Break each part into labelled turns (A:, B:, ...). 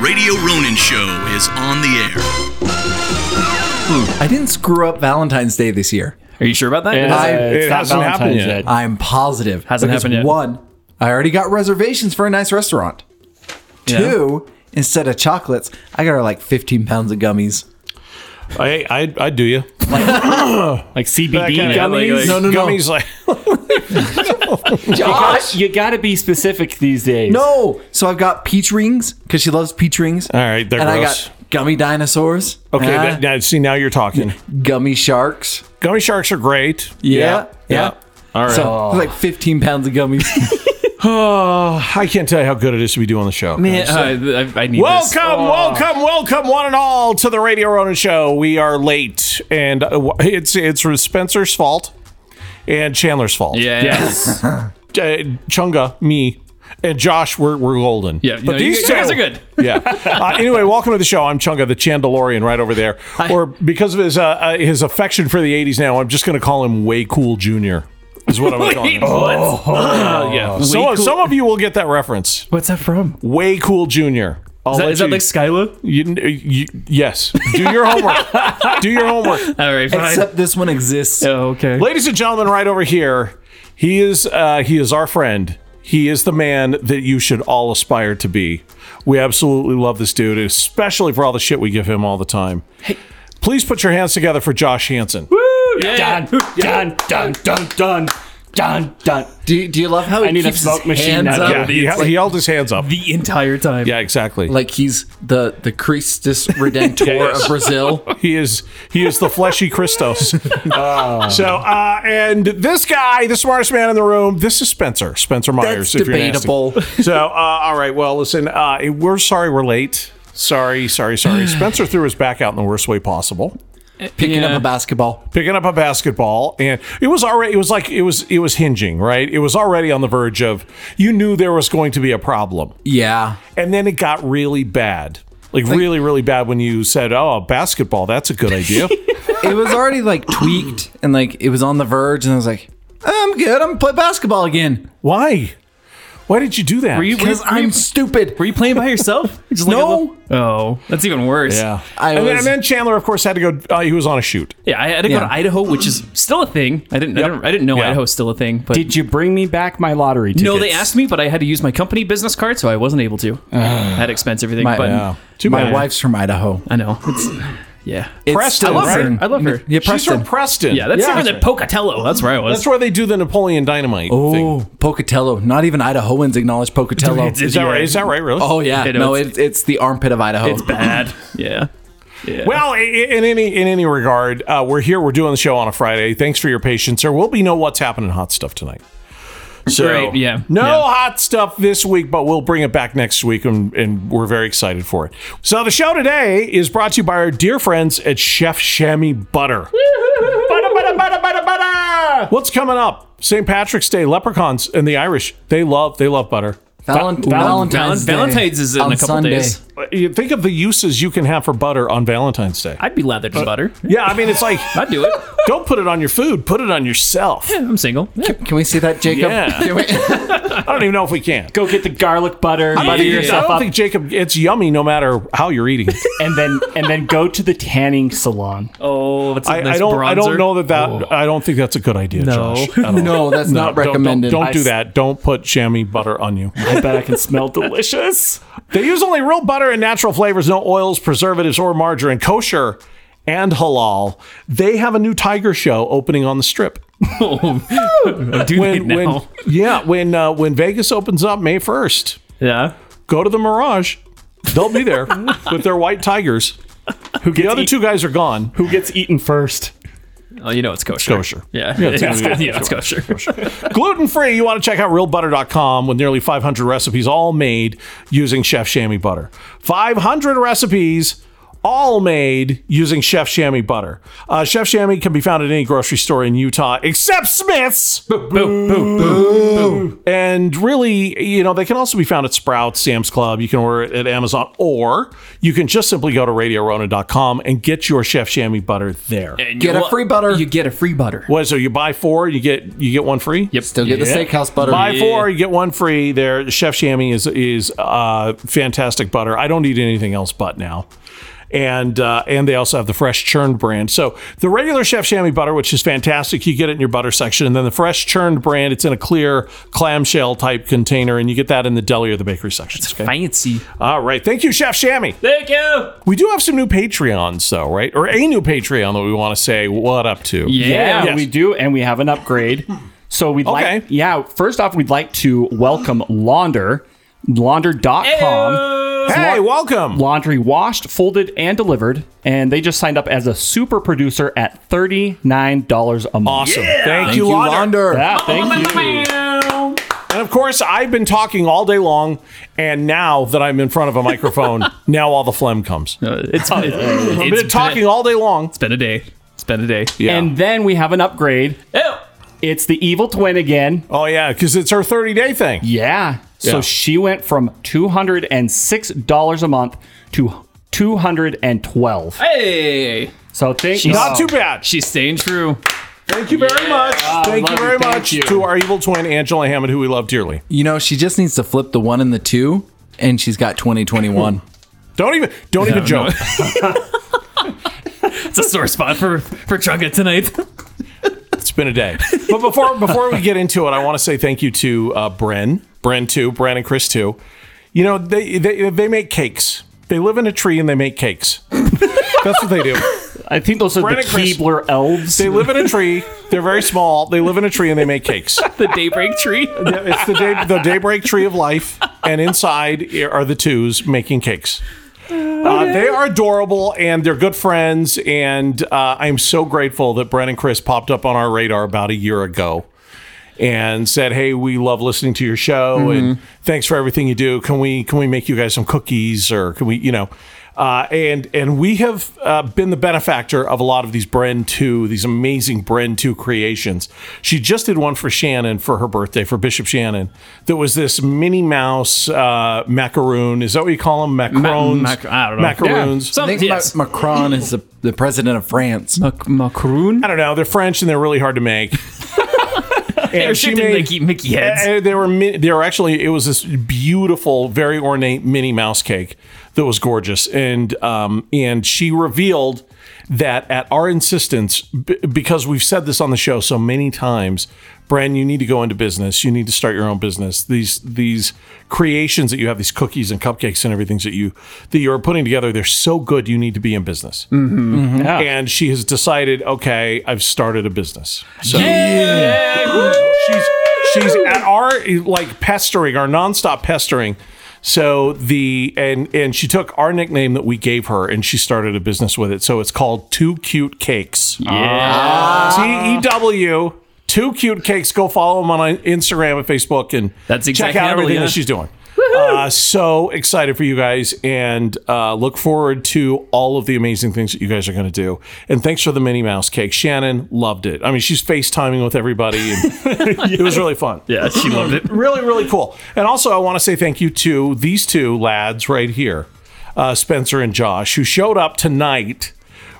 A: Radio Ronin Show is on the air.
B: I didn't screw up Valentine's Day this year.
C: Are you sure about that?
B: I-
D: it hasn't happened yet.
B: I'm positive.
C: Hasn't
B: because
C: happened yet.
B: One, I already got reservations for a nice restaurant.
C: Yeah.
B: Two, instead of chocolates, I got her like 15 pounds of gummies.
D: I, I, I do you.
C: Like CBD
D: Kinda
C: yeah, like- like-
D: no, no, no. Gummies like
B: Josh!
E: You gotta be specific these days.
B: No! So I've got peach rings because she loves peach rings.
D: All right, they're
B: and
D: gross.
B: I got gummy dinosaurs.
D: okay.
B: Ah,
D: that- now, see, now you're talking.
B: gummy sharks.
D: Gummy sharks are great.
B: Yeah.
D: yeah.
B: All right. So like 15 pounds of gummies.
D: Oh, I can't tell you how good it is to be doing the show.
C: Man, uh, I, I need this.
D: Welcome, welcome, welcome, one and all, to the Radio Ronin Show. We are late, and uh, w- it's it's Spencer's fault and Chandler's fault.
C: Yeah.
E: Yes.
D: uh, Chunga, me, and Josh, we're, we're golden.
C: Yeah, no, you- you guys are good.
D: Yeah. Uh, anyway, welcome to the show. I'm Chunga, the Chandelorian, right over there. Or because of his uh, uh, his affection for the '80s, now I'm just going to call him Way Cool Junior. Is what I'm going to call him. Uh, yeah. Some,
C: Way Cool-
D: some of you will get that reference.
C: What's that from?
D: Way Cool Junior.
C: Is that, is that like Skyla?
D: You, you, yes. Do your homework. Do your homework.
C: All right, fine.
B: Except this one exists.
C: oh, okay.
D: Ladies and gentlemen, right over here, he is uh, he is our friend. He is the man that you should all aspire to be. We absolutely love this dude, especially for all the shit we give him all the time. Please put your hands together for Josh Hansen.
E: Dun, dun, dun, dun, dun, dun, dun.
B: Do, you, do you love how he
E: I need a
B: keeps
E: smoke
B: his
E: machine
B: hands
E: now.
B: up?
D: Yeah, he, he held his hands up.
C: The entire time.
D: Yeah, exactly.
B: Like he's the the Christus Redentor
D: Yes.
B: of Brazil.
D: He is he is the fleshy Christos. So uh, and this guy, the smartest man in the room, this is Spencer. Spencer Myers.
B: That's
D: if you're nasty.
B: debatable.
D: So uh, all right, well listen, uh, we're sorry we're late. Sorry, sorry, sorry. Spencer threw his back out in the worst way possible,
B: Picking
C: Yeah.
B: up a basketball.
D: picking up a basketball, and it was already. It was like it was it was hinging, right? It was already on the verge of. You knew there was going to be a problem,
B: Yeah.
D: and then it got really bad, like, really, really bad when you said, "Oh, basketball, that's a good idea."
B: It was already like tweaked and like it was on the verge and I was like, I'm good. I'm gonna play basketball again.
D: Why? Why did you do that?
C: Were you, were, you,
B: Because I'm stupid.
C: were you playing by yourself? Just like a
B: No.
C: little- oh, that's even worse.
D: Yeah.
B: I
D: and, then,
B: was-
D: and then Chandler, of course, had to go. Uh, he was on a shoot.
C: Yeah, I had to go
B: Yeah.
C: to Idaho, which is still a thing. I didn't, I didn't, I didn't know
D: Yeah.
C: Idaho's still a thing. But
E: Did you bring me back my lottery tickets?
C: no, they asked me, but I had to use my company business card, so I wasn't able to. I had to expense everything.
B: My-
C: but
B: yeah.
D: Too
B: My
D: bad.
B: wife's from Idaho.
C: I know. It's, yeah.
B: It's
D: Preston,
C: I love her.
D: right?
C: I love her.
B: Yeah,
D: She's
B: Preston.
D: from Preston.
C: Yeah, that's
B: Yeah.
C: different than Pocatello. That's where I was.
D: That's where they do the Napoleon Dynamite thing.
B: oh, Pocatello. Not even Idahoans acknowledge Pocatello.
C: Dude, it's-
D: Is that
C: Yeah.
D: right? Is that right? Really?
B: oh yeah.
C: I know,
B: No,
C: it's-
B: it's it's the armpit of Idaho.
C: It's bad. Yeah. Yeah.
D: Well, i- i- in any in any regard, uh, we're here. We're doing the show on a Friday. Thanks for your patience. There will be no what's happening hot stuff tonight. So,
C: Right, yeah,
D: No
C: yeah.
D: hot stuff this week, but we'll bring it back next week, and, and we're very excited for it. So the show today is brought to you by our dear friends at Chef Chamois Butter. butter, butter, butter, butter, butter. What's coming up? St. Patrick's Day, leprechauns, and the Irish. They love they love butter.
B: Valen- Valentine's Day
C: Valentine's is in
B: on
C: a couple
B: Sunday.
C: days.
D: Uh, you Think of the uses you can have for butter on Valentine's Day.
C: I'd be lathered in butter.
D: yeah, I mean it's like
C: I'd do it.
D: don't put it on your food, put it on yourself.
C: I'm single. Yeah.
B: Can we see that, Jacob?
D: Yeah.
B: Can we-
D: I don't even know if we can.
E: Go get the garlic butter,
D: I don't,
E: butter
D: think, I
E: yourself
D: don't
E: up,
D: think Jacob. It's yummy no matter how you're eating. it.
E: and then and then go to the tanning salon.
C: Oh, it's a
D: I,
C: nice
D: I don't. I don't
C: bronzer.
D: know that that. I don't think that's a good idea,
C: No.
D: Josh. at all.
B: no, that's
D: No,
B: not
D: don't- don't-
B: recommended.
D: Don't, do
E: I-
D: that. Don't put chamois butter on you.
E: I bet I can smell delicious.
D: They use only real butter and natural flavors, no oils, preservatives, or margarine. Kosher and halal. They have a new tiger show opening on the strip.
C: Don't do
D: When,
C: that
D: when
C: now.
D: yeah, when uh, when Vegas opens up May first,
C: yeah.
D: go to the Mirage. They'll be there with their white tigers.
E: Who gets
D: The other
E: eat-
D: two guys are gone.
E: Who gets eaten first?
C: Oh, you know it's kosher.
D: Kosher.
C: Yeah.
D: Yeah, it's
C: Yeah, it's,
D: gonna be-
C: yeah, it's kosher.
D: Gluten free, you want to check out realbutter.com with nearly 500 recipes all made using Chef Chamois butter. 500 recipes, all made using Chef Chamois butter. Uh, Chef Chamois can be found at any grocery store in Utah except Smith's.
C: Boo, boo, boo.
D: And really, you know, they can also be found at Sprouts, Sam's Club. You can order it at Amazon, or you can just simply go to RadioRona.com and get your Chef Chamois butter there.
C: Eh.
B: Get a free butter.
C: You get a free butter.
D: What? So you buy four, you get you get one free.
C: Yep.
B: Still get the steakhouse butter.
D: Buy four, you get one free. There, Chef Chamois is is uh, fantastic butter. I don't eat anything else but now. And uh, and they also have the fresh churned brand. So the regular Chef Chamois butter, which is fantastic, you get it in your butter section, and then the fresh churned brand, it's in a clear clamshell type container, and you get that in the deli or the bakery section. okay?
C: Fancy.
D: All right, thank you, Chef Chamois.
E: Thank you.
D: We do have some new Patreons, though, right? Or a new Patreon that we want to say what up to.
E: Yeah,
D: Yes.
E: we do, and we have an upgrade. So we'd
D: Okay.
E: like, yeah. First off, we'd like to welcome Launder, launder.com.
D: Hey, welcome.
E: Laundry washed, folded, and delivered, and they just signed up as a super producer at thirty nine dollars a month.
D: Awesome. Thank,
B: Thank
D: you,
B: you,
D: Launder.
B: Launder.
E: Yeah, thank you.
D: And of course, I've been talking all day long, and now that I'm in front of a microphone, now all the phlegm comes.
C: Uh, it's, it,
D: I've
C: it's
D: been talking
C: Been,
D: all day long.
C: it's been a day. It's been a day. Oh,
D: Yeah.
E: And then we have an upgrade. It's the evil twin again.
D: oh yeah, because it's her 30 day thing.
E: Yeah. So
D: Yeah.
E: she went from two hundred and six dollars a month to two hundred and twelve.
C: Hey,
E: So thank you.
D: Not too bad.
C: she's staying true.
D: Thank you very much. thank you
E: Ah, love you.
D: very
E: Thank
D: much
E: you.
D: to our evil twin Angela Hammond, who we love dearly.
B: You know, she just needs to flip the one and the two, and she's got 2021.
D: Don't even don't even joke.
C: It's a sore spot for for Trunka tonight.
D: It's been a day. But before before we get into it, I want to say thank you to uh, Bren, Bren too, Bren and Chris too. You know they, they they make cakes. They live in a tree and they make cakes. That's what they do.
E: I think those are
D: Brandon
E: the
D: Chris-
E: Keebler elves.
D: They live in a tree. They're very small. They live in a tree and they make cakes.
C: the daybreak tree.
D: It's the day, the daybreak tree of life, and inside are the twos making cakes. Uh, they are adorable and they're good friends. And uh, I'm so grateful that Brent and Chris popped up on our radar about a year ago and said, "Hey, we love listening to your show, and thanks for everything you do. Can we can we make you guys some cookies, or can we, you know?" Uh, and and we have uh, been the benefactor of a lot of these Bren two, these amazing Bren two creations. She just did one for Shannon for her birthday for Bishop Shannon. There was this Minnie Mouse uh, macaroon. Is that what you call them? Macarons.
C: mac- I don't know.
D: Macaroons.
B: I
C: Some,
B: think
C: yes.
B: Ma- Macron is the, the president of France.
C: Mac- macaroon.
D: I don't know. They're French and they're really hard to make. and
C: They sure didn't like eat Mickey heads.
D: Uh, they were mi- they were actually it was this beautiful, very ornate Minnie Mouse cake that was gorgeous, and um, and she revealed that at our insistence, b- because we've said this on the show so many times, Bren, you need to go into business. You need to start your own business. These these creations that you have, these cookies and cupcakes and everything that you that you are putting together, they're so good. You need to be in business. And she has decided, okay, I've started a business. So she's she's at our like pestering our nonstop pestering so the and and she took our nickname that we gave her and she started a business with it so it's called two cute cakes yeah t-e-w E two cute cakes go follow them on uh, instagram and facebook and
C: That's exactly
D: check out
C: how we're
D: everything
C: gonna-
D: that she's doing uh, so excited for you guys and uh, look forward to all of the amazing things that you guys are going to do and thanks for the minnie mouse cake shannon loved it i mean she's facetiming with everybody and it was really fun
C: Yeah, she loved it.
D: really, really cool. And also, I want to say thank you to these two lads right here, uh, Spencer and Josh, who showed up tonight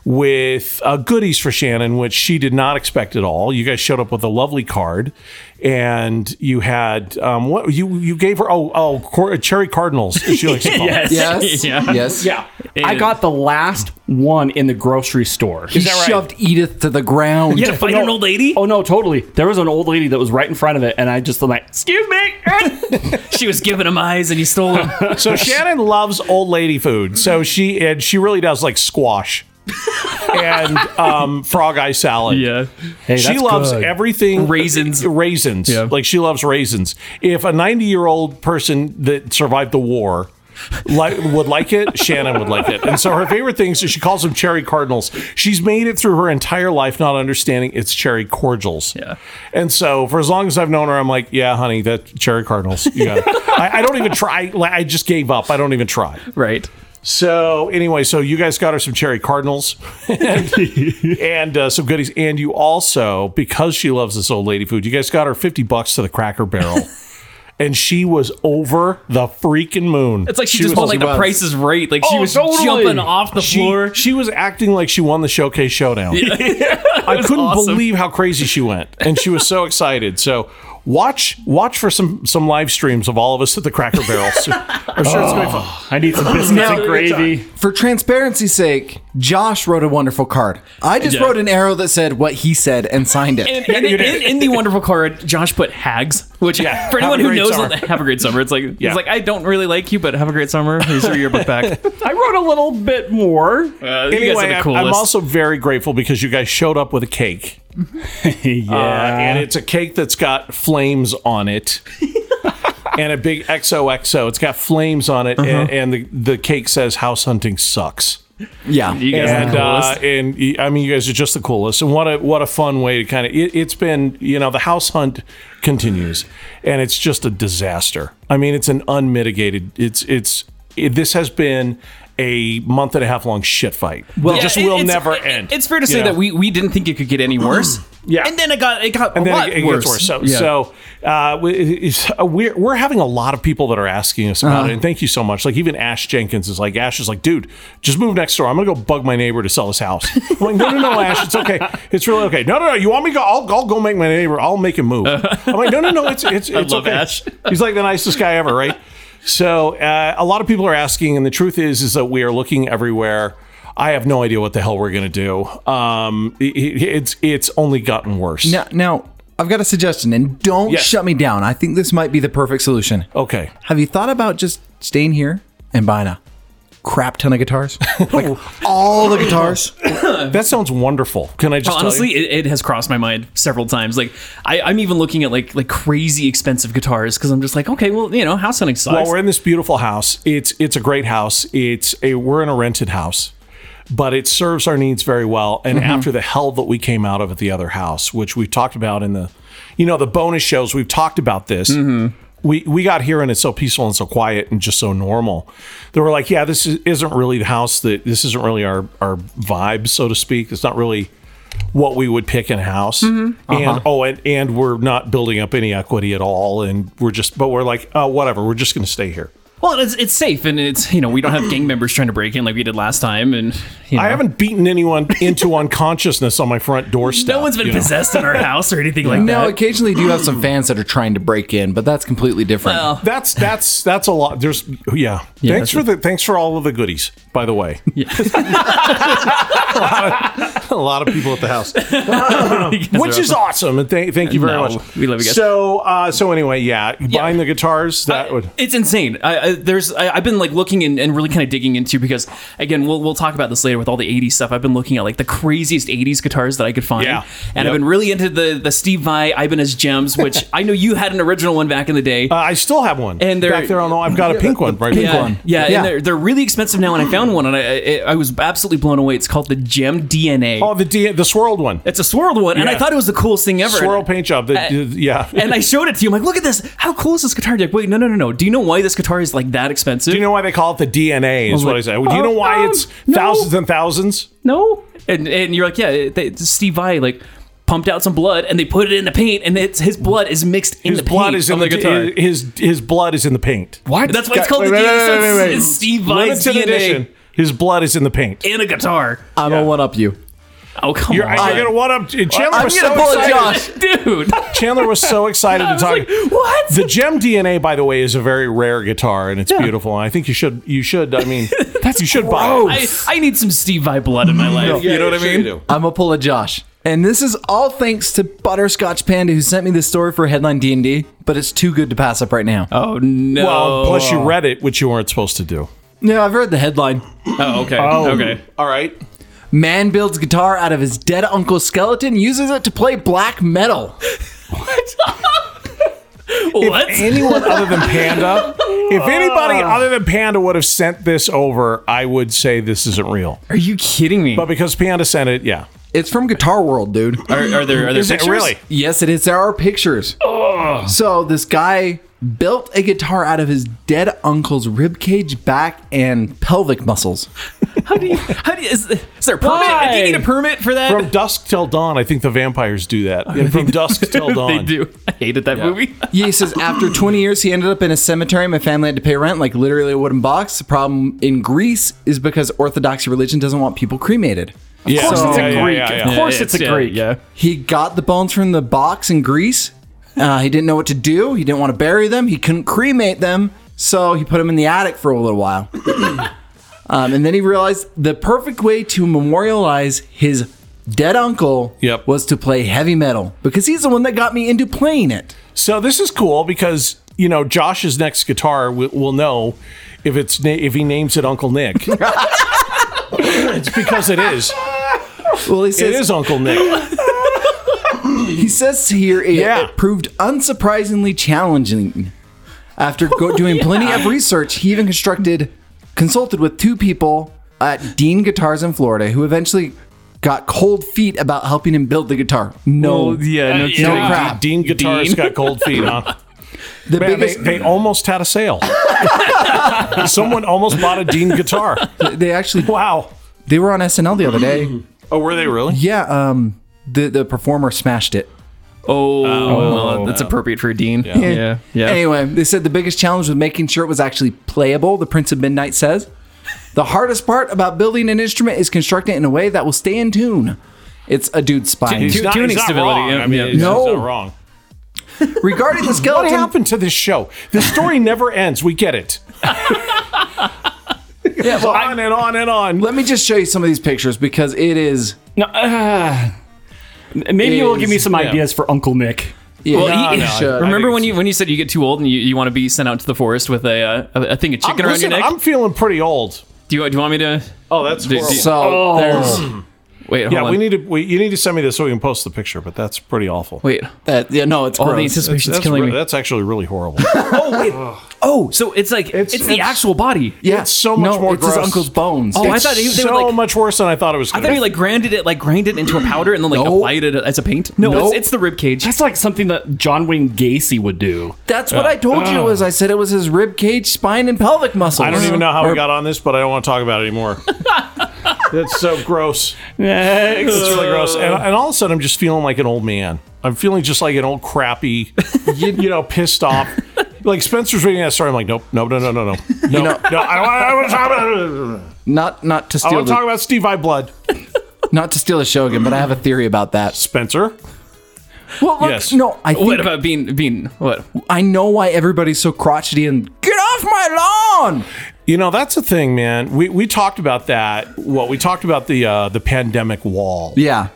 D: with uh, goodies for Shannon, which she did not expect at all. You guys showed up with a lovely card, and you had um, what you you gave her oh oh cor- cherry cardinals. as She likes to call them.
B: Yes.
C: Yeah.
B: Yes.
E: Yeah. I got the last one in the grocery store.
B: He shoved Edith to the ground.
C: To fight an old lady.
E: Oh no, totally. There was an old lady that was right in front of it, and I just like, excuse me.
C: She was giving him eyes, and he stole them.
D: So Shannon loves old lady food. So she and she really does like squash. and um, frog eye salad.
C: yeah.
E: Hey,
D: she
E: that's
D: loves
E: good.
D: everything
C: Raisins.
D: raisins
C: Yeah.
D: like she loves raisins if a 90 year old person that survived the war like would like it shannon would like it and so her favorite things is she calls them cherry cardinals she's made it through her entire life not understanding it's cherry cordials
C: Yeah.
D: and so for as long as i've known her i'm like yeah honey that cherry cardinals you got it. I, I don't even try like, i just gave up i don't even try
C: Right.
D: So anyway, so you guys got her some cherry cardinals and, and, uh, some goodies, and you also because she loves this old lady food, you guys got her fifty bucks to the Cracker Barrel, and she was over the freaking moon.
C: It's like she,
D: was
C: just won like
B: she
C: the
B: was.
C: price is right. Like she
E: Oh,
C: was
E: totally.
C: jumping off the
D: she,
C: floor.
D: She was acting like she won the showcase showdown. I couldn't
C: awesome.
D: believe how crazy she went, and she was so excited. So watch watch for some some live streams of all of us at the Cracker Barrel. So- I'm sure it's going to be fun.
E: I need some biscuits
B: Now-
E: and gravy.
B: For transparency's sake, Josh wrote a wonderful card. I just wrote an arrow that said what he said and signed it.
C: And, and in, in the wonderful card, Josh put hags, which
D: Yeah,
C: for
D: have
C: anyone
D: a
C: who
D: great
C: knows,
D: summer.
C: what- have a great summer. It's like
D: Yeah.
C: it's like I don't really like you, but have a great summer. Here's your yearbook back. Uh,
E: I wrote a little bit more.
C: you guys
D: Anyway,
C: are the
D: I'm-
C: coolest.
D: I'm also very grateful because you guys showed up with a cake. Uh,
E: yeah.
D: and it's a cake that's got flames on it. and a big XOXO. It's got flames on it, and, and the, the cake says house hunting sucks.
B: yeah.
C: you guys are
D: And
C: the coolest.
D: uh, and y- I mean, you guys are just the coolest. And what a what a fun way to kind of it, it's been. You know, the house hunt continues, and it's just a disaster. I mean, it's an unmitigated. It's it's it, this has been a month and a half long shit fight. Well,
C: Yeah,
D: just
C: it-
D: will
C: it's-
D: never
C: it-
D: end.
C: It's fair to
D: you
C: say
D: know?
C: that we, we didn't think it could get any worse.
D: Yeah.
C: and then it got it got
D: And
C: a
D: then
C: lot
D: it, it
C: worse.
D: gets worse. So,
C: Yeah.
D: so uh, we- it's, uh, we're we're having a lot of people that are asking us
C: Uh-huh.
D: about it, and thank you so much. Like even Ash Jenkins is like, Ash is like, dude, just move next door. I'm gonna go bug my neighbor to sell his house. I'm like, no, no, no, Ash, it's okay. It's really okay. No, no, no. You want me to go? I'll, I'll go make my neighbor. I'll make him move. I'm like, no, no, no. It's it's it's
C: love
D: okay.
C: Ash.
D: He's like the nicest guy ever, right? So uh, a lot of people are asking, and the truth is, is that we are looking everywhere. I have no idea what the hell we're gonna do. Um, it- it- it's it's only gotten worse.
B: Now, now, I've got a suggestion, and don't
D: Yes.
B: shut me down. I think this might be the perfect solution.
D: Okay.
B: Have you thought about just staying here and buying a crap ton of guitars? like all the guitars?
D: That sounds wonderful. Can I just tell
C: honestly
D: you?
C: it, it has crossed my mind several times like I, i'm even looking at like like crazy expensive guitars because i'm just like okay well you know house hunting sucks
D: Well, we're in this beautiful house. It's it's a great house. It's a we're in a rented house, but it serves our needs very well. And after the hell that we came out of at the other house, which we've talked about in the, you know, the bonus shows, we've talked about this. We, we got here and it's so peaceful and so quiet and just so normal. They were like, yeah, this is, isn't really the house that this isn't really our our vibe, so to speak. It's not really what we would pick in house.
C: Mm-hmm. Uh-huh.
D: And oh, and, and we're not building up any equity at all. And we're just, but we're like, oh, whatever. We're just going to stay here.
C: well it's, it's safe and it's you know we don't have gang members trying to break in like we did last time and you know
D: I haven't beaten anyone into unconsciousness on my front doorstep.
C: no one's been
D: you know?
C: possessed in our house or anything like
B: No,
C: that
B: occasionally you do have some fans that are trying to break in, but that's completely different.
C: Well,
D: That's that's that's a lot. There's yeah. thanks
C: that's
D: for the thanks for all of the goodies. By the way, a lot of people at the house, which is awesome. And thank thank you very
C: No,
D: much.
C: we love you guys.
D: So uh, so anyway, yeah, buying the guitars that would uh,
C: it's insane. I, I, there's I, I've been like looking and, and really kind of digging into because again we'll, we'll talk about this later with all the '80s stuff. I've been looking at like the craziest '80s guitars that I could find,
D: Yeah.
C: and I've
D: Yep.
C: been really into the the Steve Vai Ibanez gems, which I know you had an original one back in the day.
D: Uh, I still have one
C: And they're-
D: back there on the. I've got a pink one right.
C: yeah, yeah,
B: Yeah.
C: and they're, they're really expensive now, and I found one, and I, I I was absolutely blown away. It's called the Gem DNA.
D: Oh, the D, the swirled one.
C: It's a swirled one, and
D: Yeah.
C: I thought it was the coolest thing ever.
D: swirl paint job. The,
C: Uh,
D: the- yeah.
C: And I showed it to you. I'm like, look at this. How cool is this guitar? You're like, wait, no, no, no, no. Do you know why this guitar is like that expensive?
D: do you know why they call it the DNA? Is
C: I'm
D: what
C: like,
D: I said. Do you know
C: oh,
D: why it's
C: no.
D: thousands and thousands?
C: no. And and you're like, yeah, it- they, Steve Vai like pumped out some blood and they put it in the paint and it's his blood is mixed in
D: His
C: the
D: blood
C: paint
D: is
C: on
D: in
C: the,
D: the,
C: guitar.
D: His his blood is in the paint.
C: what? That's why it's called
D: Wait,
C: the
D: wait, wait,
C: DNA. So
D: wait,
C: it's-
D: wait, wait.
C: It's Steve Vai's
D: Limited edition.
C: DNA
D: His blood is in the paint.
C: in a guitar.
B: I'm a one up you.
C: Oh come
D: You're,
C: on,
D: I, you're gonna one up. Chandler
B: I'm
D: was
B: gonna
D: so
B: pull a
D: excited.
B: Josh.
C: dude.
D: Chandler was so excited
C: I
D: to
C: was
D: talk.
C: like, what?
D: the Gem DNA, by the way, is a very rare guitar, and it's beautiful. And I think you should, you should. I mean, That's you should buy.
C: I,
D: it.
C: I need some Steve Vai blood in my life. you know what I mean?
B: I'm a pull a Josh. And this is all thanks to Butterscotch Panda who sent me this story for Headline D&D, but it's too good to pass up right now.
C: Oh no.
D: Well, Uh, plus you read it, which you weren't supposed to do.
B: No, I've read the headline.
C: oh, okay. okay.
D: All right.
B: Man builds guitar out of his dead uncle's skeleton, uses it to play black metal.
C: What?
D: anyone other than Panda, if anybody
C: Uh.
D: other than Panda would have sent this over, I would say this isn't real.
C: Are you kidding me?
D: But because Panda sent it, yeah.
B: It's from Guitar World, dude.
C: Are, are there are there
D: Is it
C: pictures?
D: really?
B: Yes, it is. There are pictures. So this guy built a guitar out of his dead uncle's ribcage, back, and pelvic muscles.
C: How do you? How do you, is, is there a permit?
E: Why?
C: Do you need a permit for that?
D: From dusk till dawn, I think the vampires do that. from dusk till dawn.
C: they do. I hated that movie.
B: Yeah, he says after 20 years, he ended up in a cemetery. My family had to pay rent, like literally a wooden box. The problem in Greece is because Orthodox religion doesn't want people cremated.
D: Yeah.
E: Of course it's
D: Yeah,
E: a
D: yeah,
E: Greek.
D: yeah,
E: Of
D: yeah.
E: course it's, a
C: yeah,
E: Greek.
C: Yeah.
B: He got the bones from the box in Greece. Uh, he didn't know what to do. He didn't want to bury them. He couldn't cremate them. So he put them in the attic for a little while. um, and then he realized the perfect way to memorialize his dead uncle
D: Yep.
B: was to play heavy metal because he's the one that got me into playing it.
D: So this is cool because you know Josh's next guitar will, will know if it's na- if he names it Uncle Nick. it's because it is.
B: Well, he
D: It
B: says
D: is Uncle Nick.
B: He says here it,
D: Yeah.
B: it proved unsurprisingly challenging. After go, doing plenty of research, he even constructed, consulted with two people at Dean Guitars in Florida, who eventually got cold feet about helping him build the guitar. No,
C: Well, Oh, yeah. No,
E: Uh,
C: kidding.
B: no crap.
D: Dean guitarist
C: Dean.
D: got cold feet, huh?
B: the
D: Man, they,
B: biggest. They,
D: they almost had a sale. Someone almost bought a Dean guitar.
B: actually
D: Wow.
B: they were on SNL the other day.
D: Oh, were they really?
B: yeah, um, the the performer smashed it.
C: Oh, well, that's appropriate for a dean. Yeah. Yeah.
B: Eh. Anyway, they said the biggest challenge was making sure it was actually playable, the Prince of Midnight says. The hardest part about building an instrument is constructing it in a way that will stay in tune. It's a dude's spine.
D: He's not,
C: tuning
D: he's not
C: stability,
D: wrong.
C: yeah,
D: I mean,
C: yeah.
D: he's- he's
B: No.
D: not wrong.
B: Regarding the
D: What
B: skeleton,
D: happened to this show? The story never ends. We get it.
B: Yeah, well,
D: On and on and on.
B: let me just show you some of these pictures because it is.
E: No, uh, maybe you'll give me
B: Is-
E: some ideas for Uncle Nick.
B: Yeah,
C: Well,
D: No,
C: he-
D: no,
B: should.
D: I- I
C: remember
D: think
C: when
D: it's-
C: you when you said you get too old and you, you want to be sent out to the forest with a uh, a, a thing of chicken
D: I'm,
C: around
D: listen,
C: your neck?
D: I'm feeling pretty old.
C: do you do you want me to?
D: Oh, that's
C: Do- do- horrible.
B: so
D: Oh.
B: there's
C: Wait, hold
D: yeah,
C: on.
D: we need to. We, you need to send me this so we can post the picture. But that's pretty awful.
C: Wait,
B: that. Yeah, no, it's
C: all the
B: gross.
C: anticipation's
D: that's,
C: killing
D: re-
C: me.
D: that's actually really horrible.
C: oh, so it's like it's, the
D: it's-
C: actual body.
B: yeah,
D: it's so much
B: no,
D: more
B: It's his
D: gross.
B: uncle's bones.
C: Oh, I
D: It's
C: thought he- they
D: so
C: were like-
D: much worse than I thought it was.
C: I
D: Gonna
C: thought
D: be.
C: he like grinded it, like grind it into a powder, and then like
B: No.
C: applied it as a paint. No, it's, it's the rib cage.
E: That's like something that John Wayne Gacy would do.
B: that's what
D: Oh.
B: I told you. Was I said it was his rib cage, spine, and pelvic muscles.
D: I don't even know how
B: Or-
D: we got on this, but I don't want to talk about it anymore. That's so gross. It's really gross. And, and all of a sudden, I'm just feeling like an old man. I'm feeling just like an old crappy, you, you know, pissed off. Like Spencer's reading that story. I'm like, nope, no, no, no, no, no, no, no.
B: know-
D: I don't want- I want to talk about.
B: Not not to
D: I
B: steal
D: want
B: the,
D: to talk about Steve I Blood.
B: not to steal the show again, but I have a theory about that.
D: Spencer.
B: Well, look,
D: Yes.
B: no, I think
C: what about being being what?
B: I know why everybody's so crotchety and get off my lawn.
D: You know, that's the thing, man. We we talked about that. Well, we talked about the uh, the pandemic wall
B: Yeah.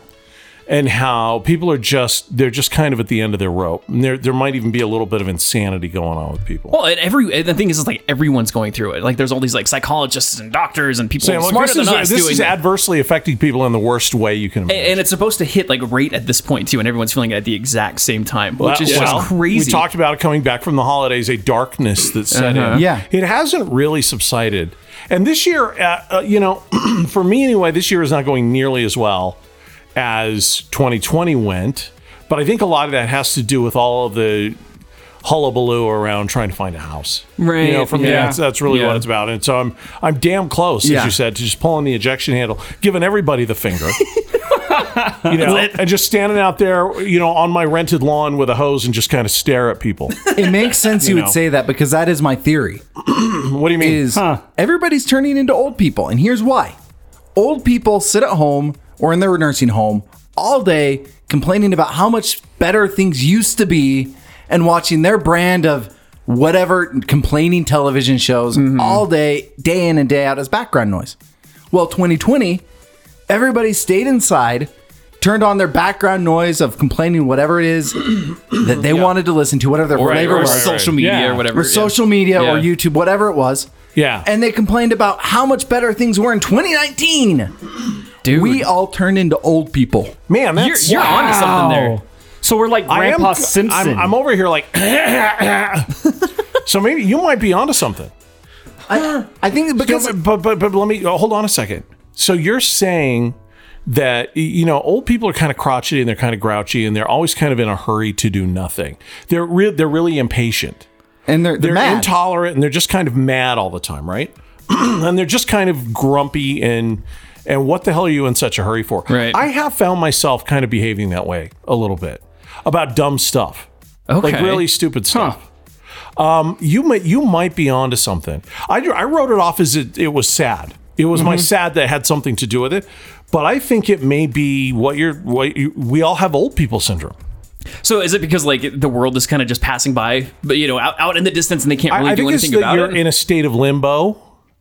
D: and how people are just they're just kind of at the end of their rope. And there there might even be a little bit of insanity going on with people.
C: Well, and every and the thing is, is like everyone's going through it. Like there's all these like psychologists and doctors and people
D: Sam, look,
C: smarter
D: this
C: than
D: is,
C: us
D: this
C: doing
D: is
C: that.
D: adversely affecting people in the worst way you can imagine.
C: And it's supposed to hit like right at this point too, and everyone's feeling it at the exact same time, which is
D: Well,
C: just crazy.
D: We talked about it coming back from the holidays, a darkness that set
C: Uh-huh.
D: in.
B: Yeah.
D: It hasn't really subsided. And this year, uh, uh, you know, for me anyway, this year is not going nearly as well as 2020 went. But I think a lot of that has to do with all of the hullabaloo around trying to find a house. You know,
C: Right,
D: for me,
C: yeah.
D: that's, uh, that's really what
C: Yeah.
D: it's about. And so I'm I'm damn close, as
B: Yeah.
D: you said, to just pulling the ejection handle, giving everybody the finger. you know, and just standing out there, you know, on my rented lawn with a hose and just kind of stare at people.
B: It makes sense you, would
D: know.
B: say that because that is my theory.
D: what do you mean?
B: Is everybody's turning into old people, and here's why. Old people sit at home or in their nursing home all day complaining about how much better things used to be and watching their brand of whatever complaining television shows all day, day in and day out as background noise. Well, 2020, everybody stayed inside, turned on their background noise of complaining whatever it is that they wanted to listen to, whatever their
C: or,
B: flavor
C: or
B: was,
C: social media
E: Yeah.
C: or whatever.
B: or
C: yeah.
B: social media or
C: Yeah.
B: YouTube, whatever it was.
D: yeah.
B: And they complained about how much better things were in 2019. Dude, we all turned into old people.
D: man,
C: You're,
D: that's
C: you're onto something there.
E: So we're like
D: I am-
E: Grandpa Simpson.
D: I'm, I'm over here like So maybe you might be onto something.
B: I, I think because
D: No, but, but but but let me oh, hold on a second. So you're saying that y- you know old people are kind of crotchety and they're kind of grouchy and they're always kind of in a hurry to do nothing. They're re- they're really impatient.
B: and they're they're,
D: they're
B: mad.
D: intolerant and they're just kind of mad all the time, right? and they're just kind of grumpy and and what the hell are you in such a hurry for?
C: Right.
D: I have found myself kind of behaving that way a little bit about dumb stuff,
C: Okay.
D: like really stupid stuff. Um, you might you might be onto something. I I wrote it off as it, it was sad. It was
C: Mm-hmm.
D: my sad that had something to do with it, but I think it may be what you're. What you, we all have old people syndrome.
C: So is it because like the world is kind of just passing by, but you know, out, out in the distance, and they can't really
D: I
C: do
D: think it's
C: anything
D: that
C: about
D: you're
C: it?
D: in a state of limbo,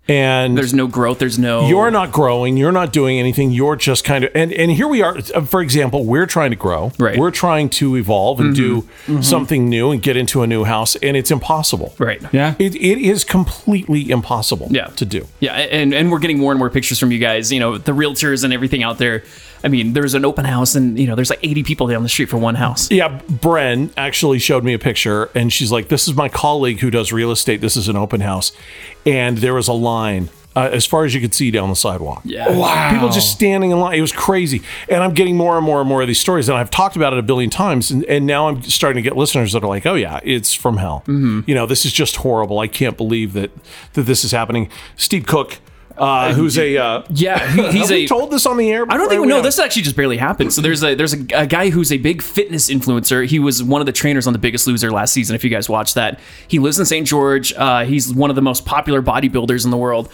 D: and
C: there's no growth. There's no.
D: you're not growing you're not doing anything you're just kind of and and here we are uh, for example we're trying to grow
C: Right. Mm-hmm.
D: we're trying to evolve and do something new and get into a new house and it's impossible
C: right.
E: Yeah.
D: it, it is completely impossible
C: Yeah.
D: to do
C: Yeah, and and we're getting more and more pictures from you guys. You know, the realtors and everything out there. I mean, there's an open house, and you know, there's like 80 people down the street for one house.
D: yeah bren actually showed me a picture and she's like this is my colleague who does real estate this is an open house and there was a line uh, as far as you could see down the sidewalk
C: Yeah.
D: People just standing in line. It was crazy. And I'm getting more and more and more of these stories. And I've talked about it a billion times. And, and now I'm starting to get listeners that are like, oh, yeah, it's from hell.
C: Mm-hmm.
D: You know, this is just horrible. I can't believe that, that this is happening. Steve Cook, uh, who's a. Uh,
C: Yeah, he- he's
D: have we
C: a-
D: told this on the air?
C: I don't think
D: before?
C: we know.
D: haven't.
C: This actually just barely happened. So there's a there's a, a guy who's a big fitness influencer. He was one of the trainers on The Biggest Loser last season. If you guys watched that, he lives in St. George. Uh, he's one of the most popular bodybuilders in the world.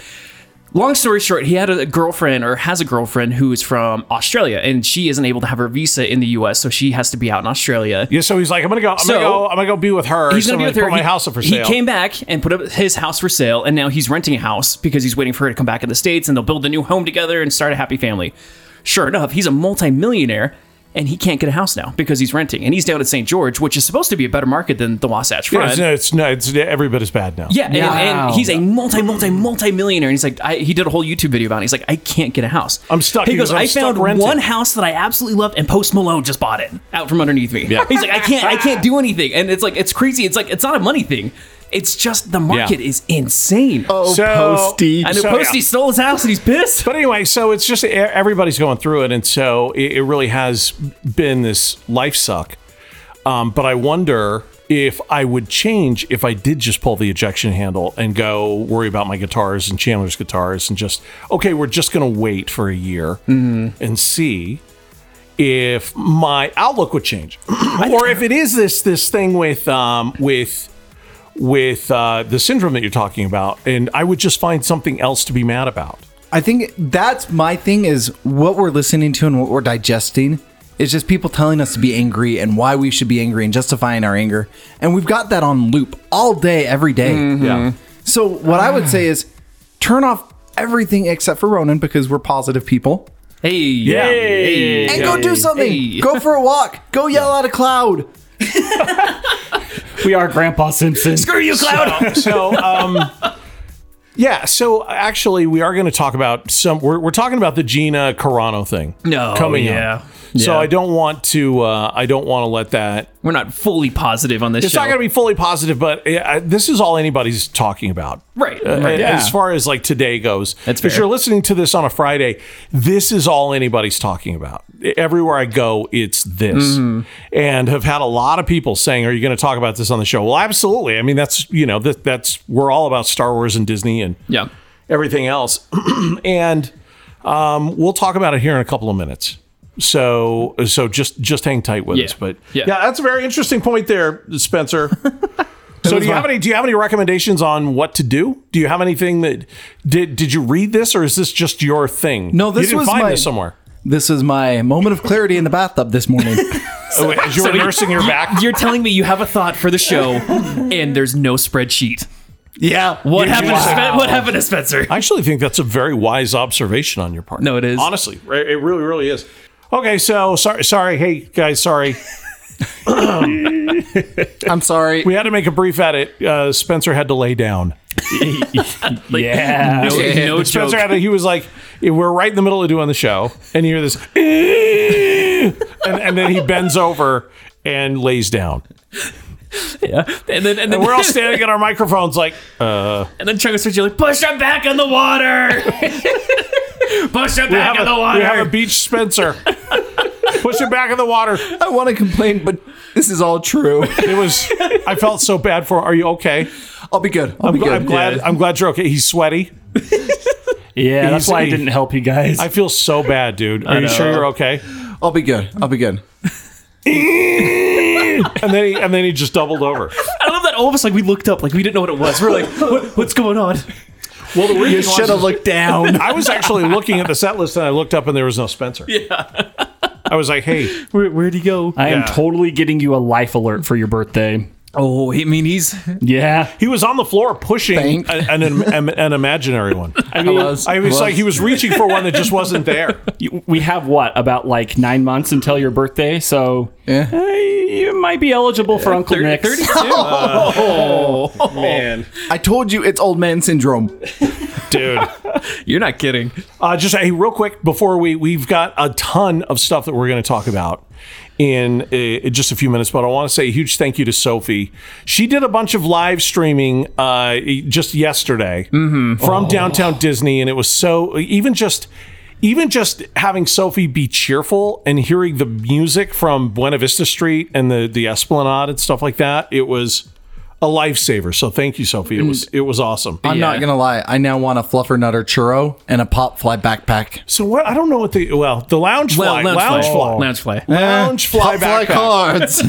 C: Long story short, he had a girlfriend or has a girlfriend who is from Australia, and she isn't able to have her visa in the U.S., so she has to be out in Australia.
D: Yeah, so he's like, I'm gonna go. I'm
C: So-
D: gonna go. I'm gonna go be with her.
C: He's
D: so
C: gonna be
D: I'm
C: with her.
D: Put my
C: He-
D: house up for
C: he
D: sale.
C: came back and put up his house for sale, and now he's renting a house because he's waiting for her to come back in the states, and they'll build a new home together and start a happy family. Sure enough, he's a multimillionaire, and he can't get a house now because he's renting, and he's down at St. George, which is supposed to be a better market than the Wasatch
D: Yeah,
C: Front.
D: it's, no, it's no, it's every bit as bad now.
C: Yeah, and,
E: Wow.
C: and he's a multi, multi, multi millionaire. And he's like, I, he did a whole YouTube video about it. He's like, I can't get a house.
D: I'm stuck.
C: He
D: He
C: goes,
D: goes, "I'm
C: I
D: stuck
C: found
D: renting."
C: one house that I absolutely loved, and Post Malone just bought it out from underneath me.
D: Yeah.
C: He's like, I can't, I can't do anything. And it's like, it's crazy. It's like, it's not a money thing. It's just the market is insane. Oh,
D: So,
B: Posty.
C: I know
D: so,
C: Posty
D: yeah.
C: stole his house and he's pissed.
D: But anyway, so it's just e- everybody's going through it, and so it, it really has been this life suck. Um, but I wonder if I would change if I did just pull the ejection handle and go worry about my guitars and Chandler's guitars and just okay, we're just going to wait for a year and see if my outlook would change, or if it is this this thing with um, with with uh, the syndrome that you're talking about, and I would just find something else to be mad about.
B: I think that's my thing is what we're listening to and what we're digesting is just people telling us to be angry and why we should be angry and justifying our anger. And we've got that on loop all day, every day.
D: Yeah.
B: So what I would say is turn off everything except for Ronan because we're positive people.
C: Hey,
D: Yeah.
B: And go do something.
C: Hey.
B: Go for a walk. Go yell at a cloud.
E: We are Grandpa Simpson.
C: Screw you, Cloud.
D: So, um, yeah. So actually, we are going to talk about some. We're, we're talking about the Gina Carano thing.
C: No,
D: coming
C: Oh, yeah.
D: up. So
C: Yeah.
D: I don't want to. Uh, I don't want to let that.
C: We're not fully positive on this
D: It's
C: show.
D: not going to be fully positive, but uh, I- this is all anybody's talking about.
C: Right,
D: Uh,
C: right.
E: Yeah.
D: As far as like today goes,
C: That's
D: if
C: fair.
D: you're listening to this on a Friday, this is all anybody's talking about. E, Everywhere I go, it's this.
C: Mm-hmm.
D: And have had a lot of people saying, "Are you going to talk about this on the show?" Well, absolutely. I mean, that's you know that that's we're all about Star Wars and Disney and
C: yeah.
D: everything else. and um, we'll talk about it here in a couple of minutes. So so just just hang tight with
C: Yeah.
D: us. But
C: Yeah.
D: that's a very interesting point there, Spencer. so do you have any do you have any recommendations on what to do? Do you have anything that did did you read this or is this just your thing?
B: No, this
D: you didn't
B: was
D: find
B: my-
D: this somewhere.
B: This is my moment of clarity in the bathtub this morning.
D: oh, as you were nursing your back.
C: You're telling me you have a thought for the show, and there's no spreadsheet.
D: yeah.
C: What
D: You-
C: happened? To
D: wow.
C: Spen- what happened to Spencer?
D: I actually think that's a very wise observation on your part.
C: No, it is.
D: Honestly, it it really, really is. Okay, so sorry, sorry. Hey, guys, sorry.
B: I'm sorry.
D: We had to make a brief edit. Uh, Spencer had to lay down.
E: Yeah.
C: No, no Oh, joke.
D: Spencer had to, he was like, we're right in the middle of doing the show, and you hear this, and, and then he bends over and lays down.
C: And then and then
D: And we're all standing at our microphones like,
C: and then Trevor Switch like push him back in the water. push him
D: we
C: back
D: have,
C: in the
D: a, we
C: water.
D: have a beach Spencer. Push it back in the water.
B: I want to complain, but this is all true.
D: It was. I felt so bad for. Are you okay?
B: I'll be good. I'll
D: I'm,
B: be
D: gl-
B: good.
D: I'm glad. I'm glad you're okay. He's sweaty.
E: Yeah, that's why I
D: Easy.
E: didn't help you guys.
D: I feel so bad, dude. Are you sure you're okay?
B: I'll be good. I'll be good.
D: And then he, and then he just doubled over.
C: I love that all of us like we looked up, like we didn't know what it was. We're like, what, what's going on?
D: Well, the
B: You should have looked down.
D: I was actually looking at the set list and I looked up and there was no Spencer. Yeah. I was like, hey,
C: Where, where'd he go?
E: I am
D: Yeah.
E: totally getting you a life alert for your birthday.
C: oh, I mean, he's
E: Yeah.
D: he was on the floor pushing
B: Thank-
D: a- an, an, an imaginary one. I mean,
B: was-
D: I was,
B: was.
D: like, he was reaching for one that just wasn't there.
E: You- We have what about like nine months until your birthday, so
B: Yeah.
E: eh, you might be eligible
D: Uh,
E: for Uncle Nick.
C: 32.
D: Man.
B: I told you it's old man syndrome.
D: Dude.
C: You're not kidding.
D: Uh, just hey, real quick before we we've got a ton of stuff that we're going to talk about in uh, just a few minutes, but I want to say a huge thank you to Sophie. She did a bunch of live streaming uh, just yesterday from downtown Disney, and it was so even just. Even just having Sophie be cheerful and hearing the music from Buena Vista Street and the, the Esplanade and stuff like that, it was a lifesaver. So thank you, Sophie. It was it was awesome.
B: I'm not gonna lie. I now want a fluffer nutter churro and a pop fly backpack.
D: So what? I don't know what the well the lounge fly
C: Well,
D: lounge fly
C: Lounge fly.
D: lounge fly
B: Pop fly
D: back.
B: cards.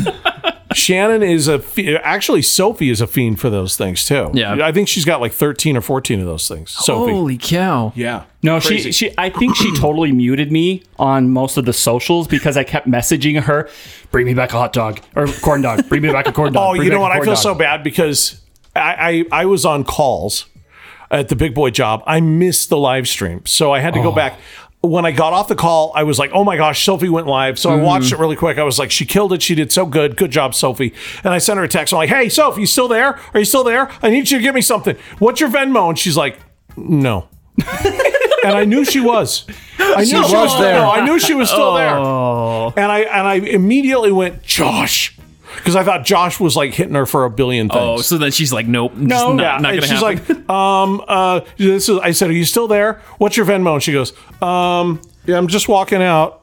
D: Shannon is a fi- actually Sophie is a fiend for those things too.
C: Yeah.
D: I think she's got like thirteen or fourteen of those things. Sophie.
C: Holy cow.
D: yeah.
E: No,
D: Crazy.
E: she she I think she totally muted me on most of the socials because I kept messaging her, "Bring me back a hot dog or corn dog. Bring me back a corn dog."
D: Oh,
E: bring
D: you know
E: back
D: what?
E: a
D: I
E: corn
D: feel
E: dog."
D: so bad because I, I I was on calls at the big boy job. I missed the live stream, so I had
E: Oh.
D: to go back. When I got off the call, I was like, "Oh my gosh, Sophie went live!"
E: Mm.
D: So I watched it really quick. I was like, "She killed it! She did so good! Good job, Sophie!" And I sent her a text. I'm like, "Hey, Sophie, you still there? Are you still there? I need you to give me something. What's your Venmo?" And she's like, "No." and I knew she was. I knew she,
B: was
D: was
B: there.
D: No, I knew she was
C: Oh.
D: still there. And I and I immediately went Josh because I thought Josh was like hitting her for a billion
C: Oh,
D: things.
C: so then she's like, nope, no, not,
D: yeah.
C: not gonna
D: and she's
C: happen.
D: like, um, uh, this is. I said, "Are you still there? What's your Venmo?" And she goes, "Um, yeah, I'm just walking out."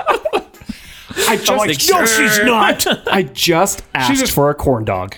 E: I just
D: I'm like, "No, she's not."
E: I just asked
D: just-
E: for a corn dog.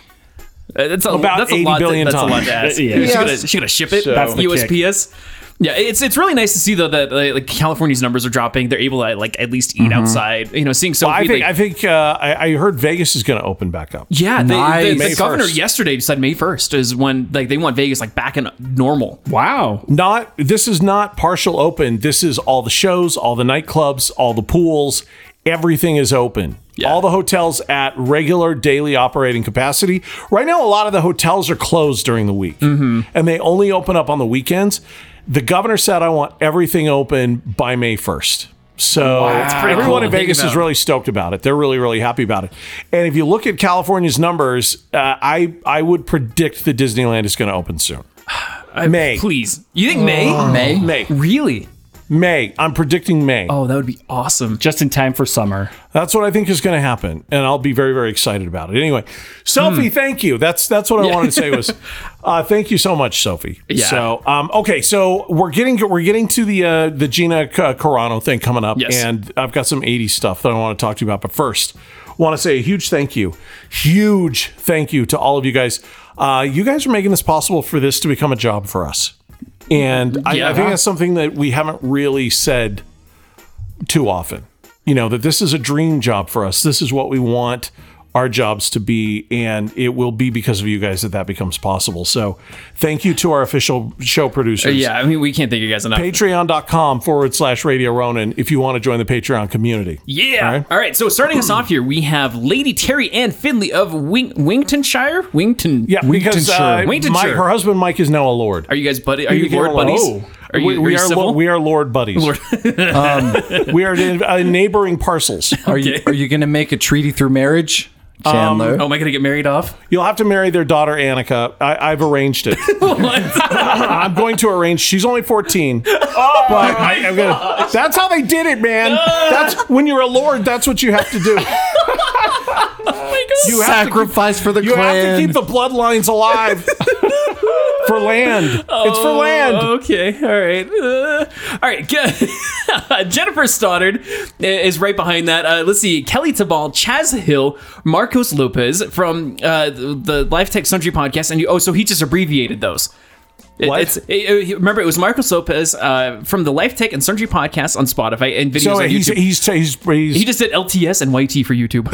C: Uh, that's a,
D: About
C: that's a
D: 80
C: lot
D: billion
C: to, that's
D: times.
C: a lot to ask.
E: Yeah.
C: She's
E: Yes.
C: gonna, she's gonna ship it.
E: That's the
C: USPS. Yeah, it's it's really nice to see though that uh, like California's numbers are dropping. They're able to like at least eat outside. You know, seeing so
D: Mm-hmm. I think I think uh, I, I heard Vegas is going to open back up.
C: yeah, they,
B: Nice.
C: the- the,
B: May
C: governor
D: 1st.
C: yesterday decided May first is when like they want Vegas like back in normal.
E: Wow.
D: Not this is not partial open. This is all the shows, all the nightclubs, all the pools. Everything is open.
C: Yeah.
D: All the hotels at regular daily operating capacity. Right now, a lot of the hotels are closed during the week,
C: Mm-hmm.
D: and they only open up on the weekends. The governor said, "I want everything open by May 1st. So
C: pretty
D: everyone
C: cool
D: in
C: to think
D: Vegas is
C: about.
D: really stoked about it. They're really, really happy about it. And if you look at California's numbers, uh, I I would predict that Disneyland is going to open soon. May.
C: Please, you think May?
B: May.
D: May.
C: Really?
D: May. I'm predicting May.
C: Oh, that would be awesome.
E: Just in time for summer.
D: That's what I think is going to happen, and I'll be very, very excited about it. Anyway, Sophie,
C: Hmm.
D: thank you. That's that's what I wanted to say was, uh, thank you so much, Sophie.
C: Yeah.
D: So, um, okay, so we're getting we're getting to the uh, the Gina Ca- Carano thing coming up,
C: Yes.
D: and I've got some '80s stuff that I want to talk to you about. But first, want to say a huge thank you, huge thank you to all of you guys. Uh, you guys are making this possible for this to become a job for us, and I, I
C: Yeah.
D: think that's something that we haven't really said too often. You know, that this is a dream job for us. This is what we want our jobs to be. And it will be because of you guys that that becomes possible. So thank you to our official show producers.
C: Yeah, I mean we can't thank you guys enough.
D: Patreon.com forward slash Radio Ronin if you want to join the Patreon community.
C: Yeah.
D: All
C: All
D: right.
C: right. So starting us off here, we have Lady Terry Ann Finley of Wing- Wingtonshire. Wington.
D: Yeah, because uh,
C: Wingtonshire.
D: my, her husband Mike is now a lord.
C: Are you guys buddy? Are you
D: became
C: Lord
D: a lord.
C: buddies?
D: Oh.
C: Are you,
D: we, we
C: you
D: are
C: civil?
D: lo- we are lord buddies. Um, we are in, uh, neighboring parcels.
B: Are you are you gonna make a treaty through marriage, Chandler?
C: oh, am I gonna get married off?
D: You'll have to marry their daughter Annika. I, I've arranged it. I'm going to arrange. She's only 14.
C: Oh,
D: but I, am gonna, that's how they did it, man. That's when you're a lord. That's what you have to do. You have to
B: Sacrifice for the
D: You have to
B: clan.
D: keep the bloodlines alive. for land. it's
C: Oh.
D: for land.
C: Okay, all right, Uh, all right. Ge- Jennifer Stoddard i- is right behind that. Uh, let's see: Kelly Tabal, Chaz Hill, Marcos Lopez from uh, the, the Life Tech Sundry podcast, and you, oh, so he just abbreviated those. It-
D: What?
C: It's, it- it- remember, it was Marcos Lopez uh, from the Life Tech and Sundry podcast on Spotify and videos
D: So
C: on
D: he's,
C: YouTube.
D: he's, he's, he's,
C: he just did LTS and YT for YouTube.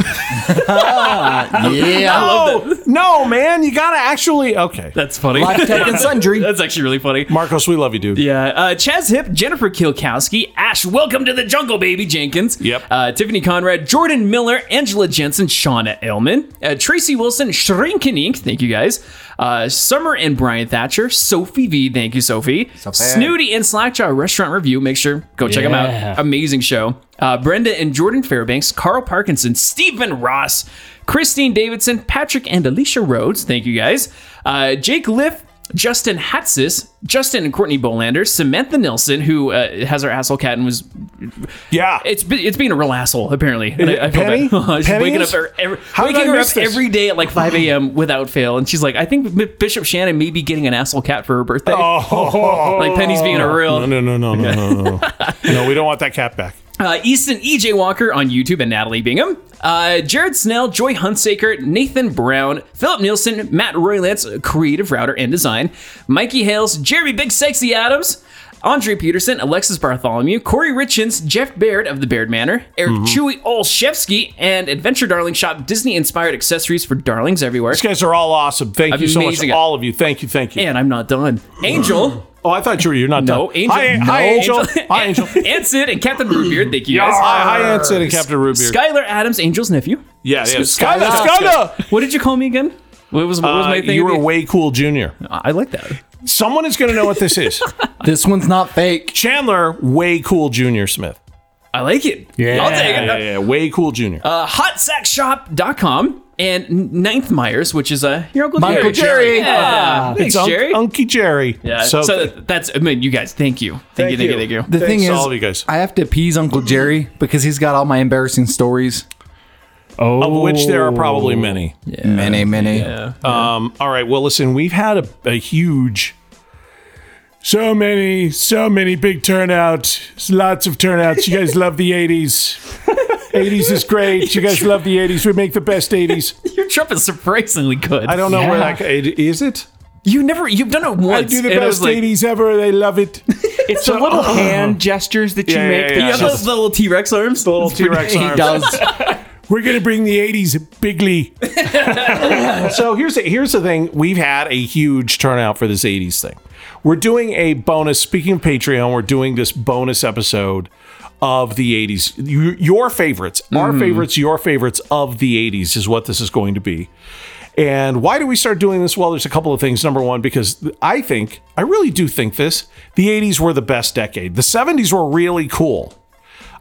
B: Yeah.
D: no, Oh. no, man, you gotta actually. Okay,
C: That's funny.
B: Life Tech and Sundry.
C: That's actually really funny.
D: Marcos, we love you, dude.
C: Yeah, uh, Chaz Hip, Jennifer Kilkowski, Ash, welcome to the jungle, baby Jenkins.
D: Yep.
C: Uh, Tiffany Conrad, Jordan Miller, Angela Jensen, Shauna Elman, uh, Tracy Wilson, Shrinkin Inc. Thank you guys. Uh, Summer and Brian Thatcher, Sophie V. Thank you, Sophie. Snooty and Slackjaw Restaurant Review. Make sure go check them
E: Yeah.
C: out. Amazing show. Uh, Brenda and Jordan Fairbanks, Carl Parkinson, Stephen Ross, Christine Davidson, Patrick and Alicia Rhodes. Thank you guys. Uh, Jake Liff, Justin Hatzis, Justin and Courtney Bolander, Samantha Nelson, who uh, has her asshole cat and was
D: yeah.
C: it's be- it's being a real asshole apparently. And
D: it
C: I, I feel
D: Penny?
C: bad. she's
D: Penny
C: waking
D: is?
C: up every, every-
D: How did
C: waking
D: I
C: her up
D: miss this?
C: every day at like 5 a.m. without fail, and she's like, I think M- Bishop Shannon may be getting an asshole cat for her birthday.
D: oh,
C: Like Penny's being a real
D: no, no, no, no, no, no, no, no. No, we don't want that cat back.
C: Uh, Easton EJ Walker on YouTube and Natalie Bingham. Uh, Jared Snell, Joy Hunsaker, Nathan Brown, Philip Nielsen, Matt Roylance, Creative Router and Design, Mikey Hales, Jeremy Big Sexy Adams, Andre Peterson, Alexis Bartholomew, Corey Richens, Jeff Baird of the Baird Manor, Eric Chewy Olszewski, and Adventure Darling Shop, Disney inspired accessories for darlings everywhere.
D: You guys are all awesome. Thank you so much,
C: Amazing.
D: all of you. Thank you, thank you.
C: And I'm not done. Angel.
D: oh, I thought you were. You're not
C: No,
D: done.
C: Angel.
D: Hi,
C: no.
D: hi, Angel. hi, Angel.
C: and Sid and Captain Rootbeard. Thank you guys.
D: Hi, hi, Anson and Captain Rubeer.
C: Skylar Adams, Angel's nephew.
D: yeah, yeah.
C: Skylar.
D: Skyla, Skyla.
C: What did you call me again? What was, what was
D: Uh,
C: my thing?
D: you were way cool, Junior.
C: I like that.
D: Someone is going to know what this is.
B: This one's not fake.
D: Chandler, way cool, Junior Smith.
C: I like it.
E: Yeah.
C: I'll take it.
D: Yeah, yeah, yeah, way cool, Junior.
C: Uh, hotsackshop.com and Ninth Myers, which is a your Uncle
B: My
C: Jerry.
B: Uncle Jerry.
C: Yeah. Thanks,
D: it's Unc-
C: Jerry.
D: Unky Jerry.
C: yeah. So,
D: So,
C: that's, I mean, you guys, thank you. Thank, you, thank you, thank you.
B: The
D: Thanks
B: thing is,
D: to all of you guys.
B: I have to appease Uncle Jerry because he's got all my embarrassing stories.
E: Oh,
D: of which there are probably many.
B: many, many.
D: Um, all right. Well, listen, we've had a, a huge, so many, so many big turnouts, lots of turnouts. You guys love the 80s. 80s is great. You guys love the 80s. We make the best 80s.
C: Your Trump is surprisingly good.
D: I don't know where
E: Yeah.
D: that it- is it.
C: you never, you've done it
D: I
C: once.
D: do the
C: and I was
D: best
C: like,
D: 80s ever. They love it. uh,
E: It's the little hand gestures that you
D: Yeah,
E: make.
D: yeah,
E: that
D: yeah.
C: You have
E: just-
C: those little T Rex arms?
D: Little T Rex
B: He does.
D: We're gonna bring the '80s bigly. so here's the, here's the thing: we've had a huge turnout for this '80s thing. We're doing a bonus. Speaking of Patreon, we're doing this bonus episode of the '80s. You, your favorites, our favorites, your favorites of the '80s is what this is going to be. And why do we start doing this? Well, there's a couple of things. Number one, because I think, I really do think this, the 80s were the best decade. The 70s were really cool.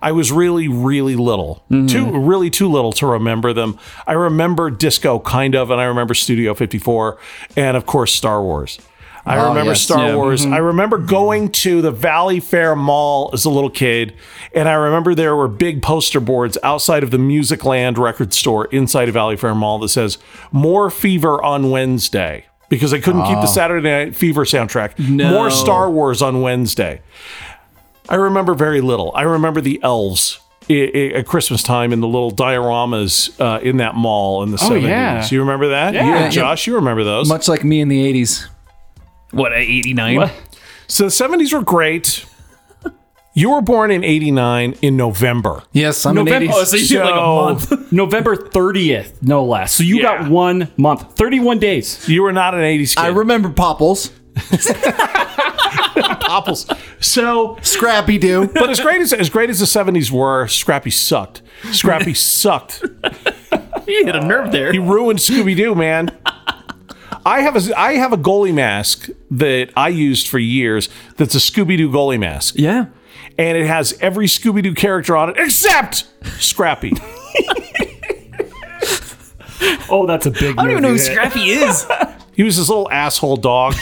D: I was really, really little, too, really too little to remember them. I remember disco kind of, and I remember Studio 54, and of course Star Wars. I remember
B: yes.
D: Star
C: Yeah.
D: Wars. I remember going to the Valley Fair Mall as a little kid, and I remember there were big poster boards outside of the Music Land record store inside of Valley Fair Mall that says "More Fever on Wednesday" because I couldn't keep the Saturday Night Fever soundtrack. More Star Wars on Wednesday. I remember very little. I remember the elves i- i- at Christmas time in the little dioramas uh, in that mall in the 70s.
E: yeah.
D: You remember that? Oh, Yeah. Josh, you remember those.
B: Much like me in the 80s.
C: What, 89?
E: What?
D: So the 70s were great. You were born in 89 in November.
B: Yes, I'm
E: November-
B: an
C: Oh,
B: 80s.
C: so you did like a
D: So-
C: month.
E: November 30th, no less. So you
D: Yeah.
E: got one month, 31 days.
D: You were not an 80s kid.
B: I remember Popples.
D: apples. So
B: Scrappy Doo.
D: but as great as as great as the 70s were, Scrappy sucked. Scrappy sucked.
C: You hit a nerve there.
D: He ruined Scooby Doo, man. I have a I have a goalie mask that I used for years. That's a Scooby Doo goalie mask,
C: Yeah.
D: and it has every Scooby Doo character on it except Scrappy.
E: Oh, that's a big
C: I don't even know who Scrappy is.
D: he was this little asshole dog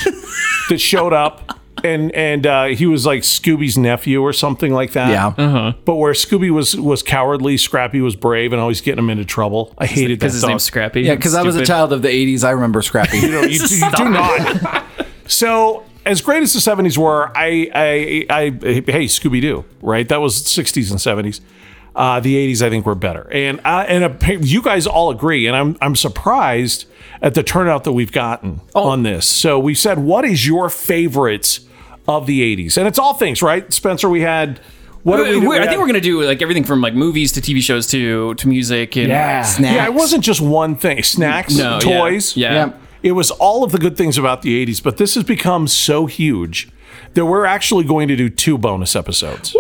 D: that showed up, and and uh, he was like Scooby's nephew or something like that.
B: Yeah.
D: But where Scooby was was cowardly, Scrappy was brave and always getting him into trouble. I hated that
C: Because his
D: dog.
C: name's Scrappy.
B: Yeah, because I was a
C: Stupid.
B: child of the 80s. I remember Scrappy.
D: You, you do not. So as great as the '70s were, I, I, I, hey, Scooby Doo, right? That was '60s and '70s. Uh, the '80s, I think, were better, and uh, and appa- you guys all agree, and I'm I'm surprised at the turnout that we've gotten
C: Oh.
D: on this. So we said, what is your favorites of the '80s? And it's all things, right, Spencer? We had what did we, do?
C: We-
D: We
C: I
D: had-
C: think we're gonna do like everything from like movies to TV shows to to music and
E: Yeah.
B: Snacks.
D: Yeah, it wasn't just one thing. Snacks,
C: No, yeah.
D: toys.
C: Yeah.
B: Yeah.
D: It was all of the good things about the 80s, but this has become so huge that we're actually going to do two bonus episodes.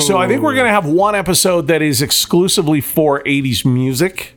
D: So I think we're going to have one episode that is exclusively for 80s music,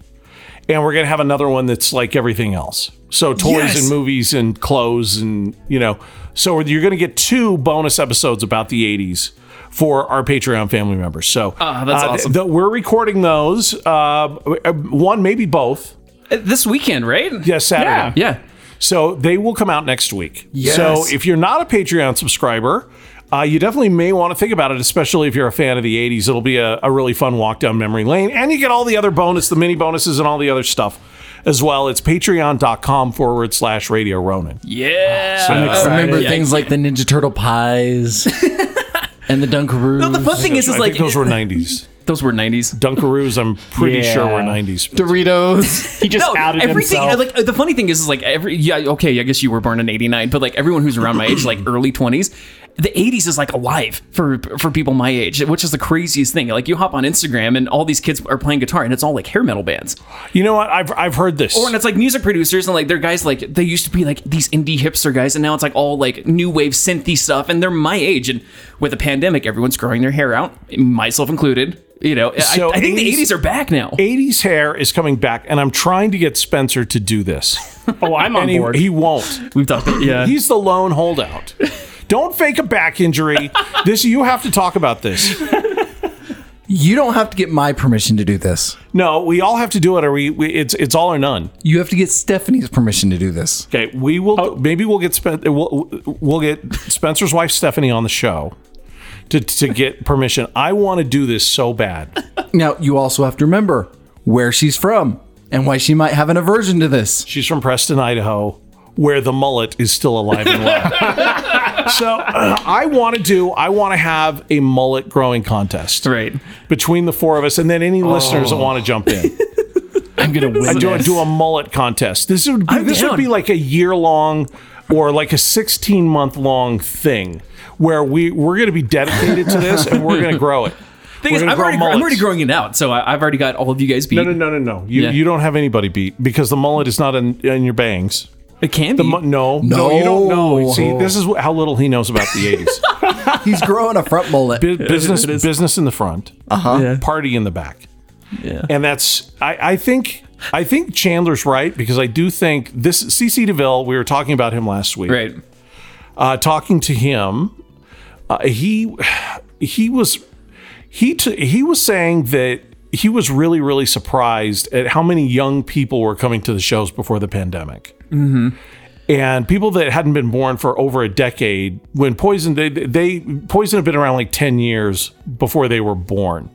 D: and we're going to have another one that's like everything else. So toys
B: Yes.
D: and movies and clothes and, you know, so you're going to get two bonus episodes about the 80s for our Patreon family members. So
C: Ah, that's
D: uh, th-
C: awesome.
D: th- we're recording those, uh, one, maybe both.
C: Uh, This weekend, right?
D: Yeah, Saturday.
C: Yeah.
D: So they will come out next week.
B: Yes.
D: So if you're not a Patreon subscriber, uh, you definitely may want to think about it, especially if you're a fan of the 80s. It'll be a, a really fun walk down memory lane. And you get all the other bonus, the mini bonuses, and all the other stuff as well. It's patreon.com forward slash radio Ronin.
C: Yeah.
B: I remember
C: Yeah.
B: things like the Ninja Turtle pies and the Dunkaroos.
C: the fun thing is, is
D: I
C: like
D: think those were 90s.
C: those were 90s.
D: Dunkaroos, I'm pretty
E: Yeah.
D: sure were 90s.
B: Doritos.
E: He just outed
C: everything.
E: himself.
C: Like uh, the funny thing is, is like every yeah. Okay, I guess you were born in '89, but like everyone who's around my age, like early 20s, the '80s is like alive for for people my age, which is the craziest thing. Like you hop on Instagram and all these kids are playing guitar, and it's all like hair metal bands.
D: You know what? I've, I've heard this.
C: Or and it's like music producers and like they're guys like they used to be like these indie hipster guys, and now it's like all like new wave synthy stuff, and they're my age. And with the pandemic, everyone's growing their hair out, myself included. You know, I-
D: So
C: I, think
D: 80s
C: the '80s are back now.
D: 80s hair is coming back, and I'm trying to get Spencer to do this.
E: oh, I'm on
D: And he,
E: board.
D: he won't.
C: We've talked. Yeah,
D: He's the lone holdout. Don't fake a back injury. This you have to talk about this.
B: you don't have to get my permission to do this.
D: No, we all have to do it, or we, we it's it's all or none.
B: You have to get Stephanie's permission to do this.
D: Okay, we will. Maybe we'll get Spen- we'll, we'll get Spencer's wife Stephanie on the show to to get permission. I want to do this so bad.
B: Now, you also have to remember where she's from and why she might have an aversion to this.
D: She's from Preston, Idaho, where the mullet is still alive and well. so uh, I want to do. I want to have a mullet growing contest
C: right.
D: between the four of us, and then any listeners that want to jump in.
E: I'm gonna win.
D: I do,
E: this.
D: do a mullet contest. This would be,
C: I'm
D: this would
C: down.
D: be like a year long or like a 16 month long thing where we we're going to be dedicated to this and we're going to grow it.
C: Thing is,
D: We're gonna
C: I'm,
D: grow
C: already, I'm already
D: mullets.
C: growing it out, so I, I've already got all of you guys beat.
D: No, no, no, no, no. You
C: Yeah.
D: you don't have anybody beat because the mullet is not in, in your bangs.
C: It can be.
D: Mu- no, no, you don't know.
B: No.
D: See, this is wh- how little he knows about the 80s.
B: He's growing a front mullet.
D: Bu- business business in the front, uh-huh. party in the back.
C: Yeah.
D: And that's I, I think I think Chandler's right because I do think this CC DeVille, we were talking about him last week.
C: right.
D: uh, talking to him, uh, he he was he t- he was saying that he was really really surprised at how many young people were coming to the shows before the pandemic. And people that hadn't been born for over a decade, when Poison, they, they Poison had been around like ten years before they were born,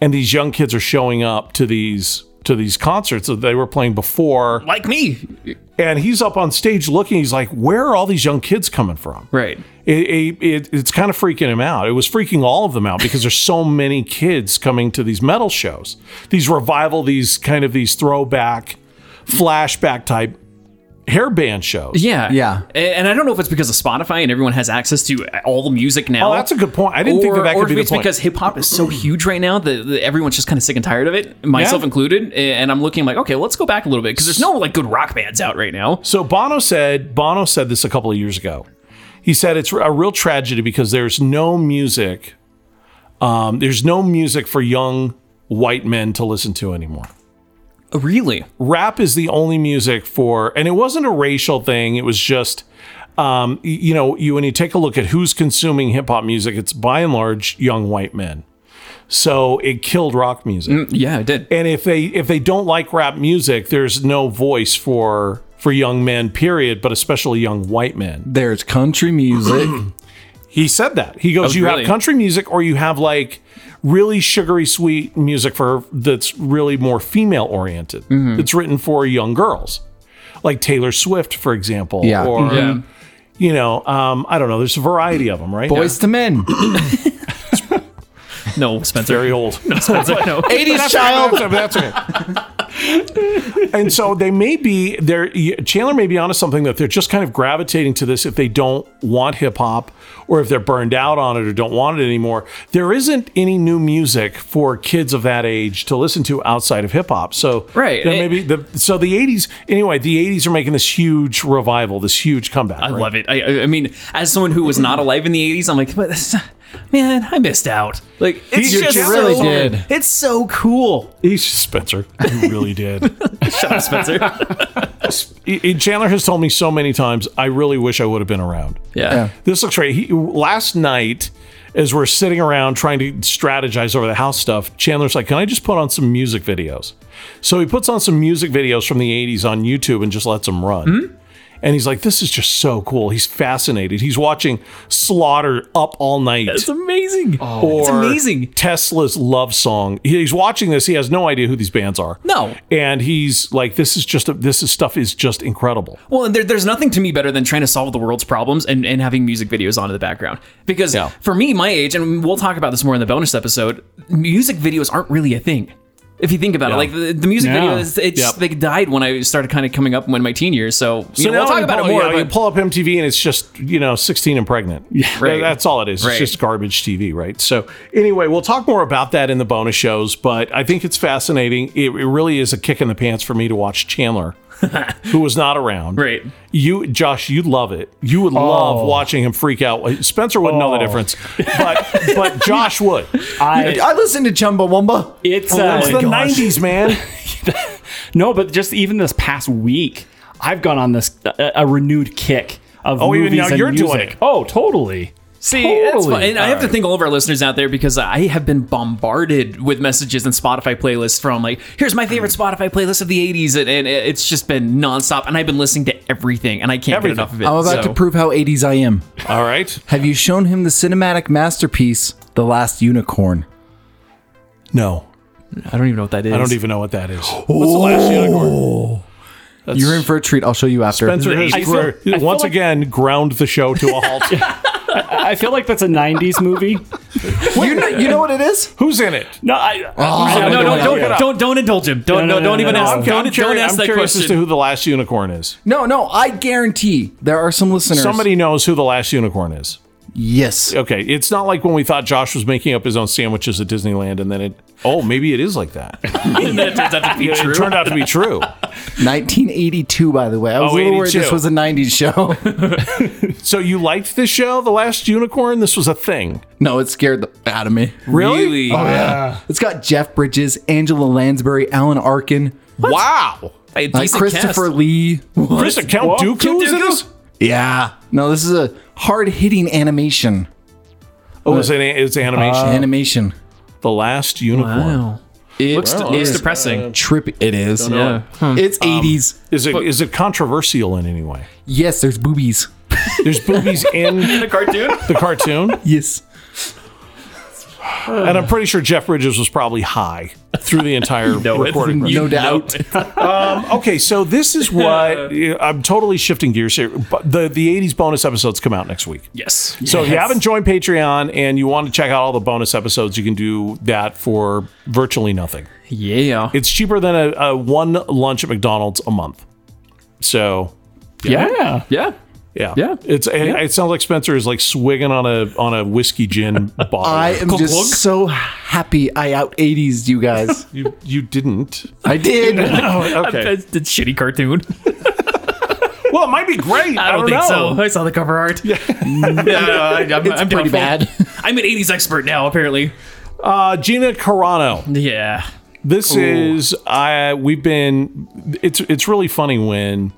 D: and these young kids are showing up to these to these concerts that they were playing before.
C: Like me.
D: And he's up on stage looking. He's like, "Where are all these young kids coming from?"
C: Right.
D: it, it, it it's kind of freaking him out. It was freaking all of them out because there's so many kids coming to these metal shows, these revival, these kind of these throwback, flashback type hair band shows.
C: Yeah.
B: Yeah.
C: A- And I don't know if it's because of Spotify and everyone has access to all the music now.
D: Oh, that's a good point. I didn't think that that
C: or if
D: could be the
C: it's
D: point.
C: because hip hop is so huge right now that, that everyone's just kind of sick and tired of it, myself
D: Yeah.
C: included. And I'm looking like, okay, let's go back a little bit because there's no like good rock bands out right now.
D: so Bono said Bono said this a couple of years ago. He said it's a real tragedy because there's no music, um, there's no music for young white men to listen to anymore.
C: Really?
D: rap is the only music for and it wasn't a racial thing it was just um, y- you know you when you take a look at who's consuming hip-hop music it's by and large young white men so it killed rock music
C: Yeah, I did.
D: and if they if they don't like rap music there's no voice for for young men period but especially young white men
B: There's country music.
D: he said that. He goes,
C: was
D: you have
C: brilliant.
D: country music or you have like really sugary sweet music for that's really more female oriented. It's written for young girls. Like Taylor Swift, for example.
B: Yeah.
D: Or
C: Yeah.
D: you know, um, I don't know. There's a variety of them, right?
B: Boys to men.
C: No, Spencer.
D: very old.
C: Spencer, no.
B: 80s child.
D: That's it. and so they may be there. Chandler may be onto something that they're just kind of gravitating to this if they don't want hip hop or if they're burned out on it or don't want it anymore. There isn't any new music for kids of that age to listen to outside of hip hop. So
C: Right.
D: then maybe the so the '80s anyway. The '80s are making this huge revival, this huge comeback.
C: I love it. I- I, I mean, as someone who was not alive in the '80s, I'm like, but this, man, I missed out. Like, it's
D: You
C: just
B: really
C: so,
B: did.
C: It's so cool.
D: He's Spencer. You really did.
C: Shut up, Spencer.
D: He- he- Chandler has told me so many times. I really wish I would have been around.
C: yeah.
D: This looks great. He, last night, as we're sitting around trying to strategize over the house stuff, Chandler's like, Can I just put on some music videos? So he puts on some music videos from the 80s on YouTube and just lets them run.
C: Hmm?
D: And he's like, This is just so cool. He's fascinated. He's watching Slaughter up all night.
C: It's amazing.
D: or
C: it's amazing.
D: Tesla's love song. He's watching this. He has no idea who these bands are.
C: No.
D: and he's like, "This is just a, this is stuff is just incredible."
C: Well, and there, there's nothing to me better than trying to solve the world's problems and, and having music videos on in the background. Because
D: Yeah.
C: for me, my age, and we'll talk about this more in the bonus episode, music videos aren't really a thing. If you think about
D: Yeah.
C: it, like the, the music
E: Yeah.
C: videos, it's,
D: Yep.
C: they died when I started kind of coming up when my teen years. So, you know, we'll
D: now
C: talk
D: you
C: about it
D: pull-
C: more.
D: You, know, you
C: but-
D: pull up MTV and it's just you know 16 and pregnant. Yeah,
C: Right.
D: That's all it is.
C: Right.
D: It's just garbage TV, right? So anyway, we'll talk more about that in the bonus shows. But I think it's fascinating. It, it really is a kick in the pants for me to watch Chandler, who was not around.
C: Right.
D: You, Josh, you'd love it. You would love watching him freak out. Spencer wouldn't know the
E: Oh.
D: difference, but but Josh would.
E: I,
B: I listened to Chumbawamba.
E: it's uh,
D: It's the 90s, man.
E: No, but just even this past week, I've gone on this a, a renewed kick of
D: Oh, even
E: movies
D: now
E: and
D: you're doing
E: music.
D: it.
E: Oh, totally.
C: See,
E: Totally.
C: that's fine. And I
E: All
C: have to
E: right.
C: thank all of our listeners out there because I have been bombarded with messages and Spotify playlists from like, here's my favorite Spotify playlist of the 80s. And, and it's just been nonstop. And I've been listening to everything and I can't
D: Everything.
C: get enough of it.
B: I'm about
C: so-
B: to prove how 80s I am.
D: All right.
B: Have you shown him the cinematic masterpiece, The Last Unicorn?
D: No,
C: I don't even know what that is.
D: I don't even know what that is. What's the last unicorn?
B: You're in for a treat. I'll show you after.
D: Spencer has
E: I feel-
D: gro-
E: I feel
D: once
E: like-
D: again ground the show to a halt.
E: I feel like that's a '90s movie.
B: you, know, you know what it is?
D: Who's in it?
E: No, I, I
C: No,
E: have
C: no,
E: no
C: no,
E: idea.
C: don't, don't, don't, indulge him. Don't,
E: No,
C: no,
E: no,
C: don't
E: no,
C: even
E: no,
C: ask.
E: no.
C: Don't,
D: I'm, curi-
C: don't ask
D: I'm
C: that
D: curious as to
C: question.
D: who the last unicorn is.
B: No, no, I guarantee there are some listeners.
D: Somebody knows who the last unicorn is.
B: Yes.
D: Okay, it's not like when we thought Josh was making up his own sandwiches at Disneyland, and then it. Oh, maybe it is like that.
C: And then it turns out to be
D: It
C: true.
D: turned out to be true.
B: 1982, by the way. I was
D: Oh,
B: a little worried
D: 82.
B: this was a 90s show.
D: So you liked this show, The Last Unicorn? This was a thing.
B: no, it scared the out of me.
C: Really?
B: It's got Jeff Bridges, Angela Lansbury, Alan Arkin,
D: Wow.
C: A
B: uh,
C: decent
B: Christopher Lee.
D: Chris, Count
E: Whoa.
D: Dooku is in
C: Dooku?
D: this?
B: Yeah. No, this is a hard hitting animation.
D: Oh, it's, an, it's animation.
B: animation.
D: the Last Unicorn.
C: cast. Uh, Wow. It looks,
D: Wow.
C: it's depressing. Um,
B: Trippy. Uh, It is.
C: Yeah.
B: It's 80s.
D: Is it is it controversial in any way?
B: Yes, there's boobies.
D: There's boobies in
C: The cartoon?
D: the cartoon,
B: Yes.
D: and I'm pretty sure Jeff Bridges was probably high through the entire recording.
B: No doubt.
D: Okay, so this is what I'm totally shifting gears here. But the the 80s bonus episodes come out next week.
C: Yes.
D: So if you haven't joined Patreon and you want to check out all the bonus episodes, you can do that for virtually nothing.
C: Yeah.
D: It's cheaper than a, a one lunch at McDonald's a month. So
E: yeah.
C: Yeah.
D: yeah,
C: Yeah.
D: It's it, it sounds like Spencer is like swigging on a on a whiskey gin bottle.
B: I am
C: Glug,
B: just
C: glug.
B: so happy I out 80s you guys.
D: you you didn't.
B: I did.
D: Oh, okay.
C: That's a shitty cartoon.
D: Well, it might be great. I
C: I don't,
D: don't,
C: think
D: know.
C: so. I saw the cover art. Yeah, I'm, I'm down
B: pretty
C: for it.
B: bad.
C: I'm an '80s expert now, apparently.
D: Uh, Gina Carano.
C: Yeah,
D: This is I we've been it's it's really funny when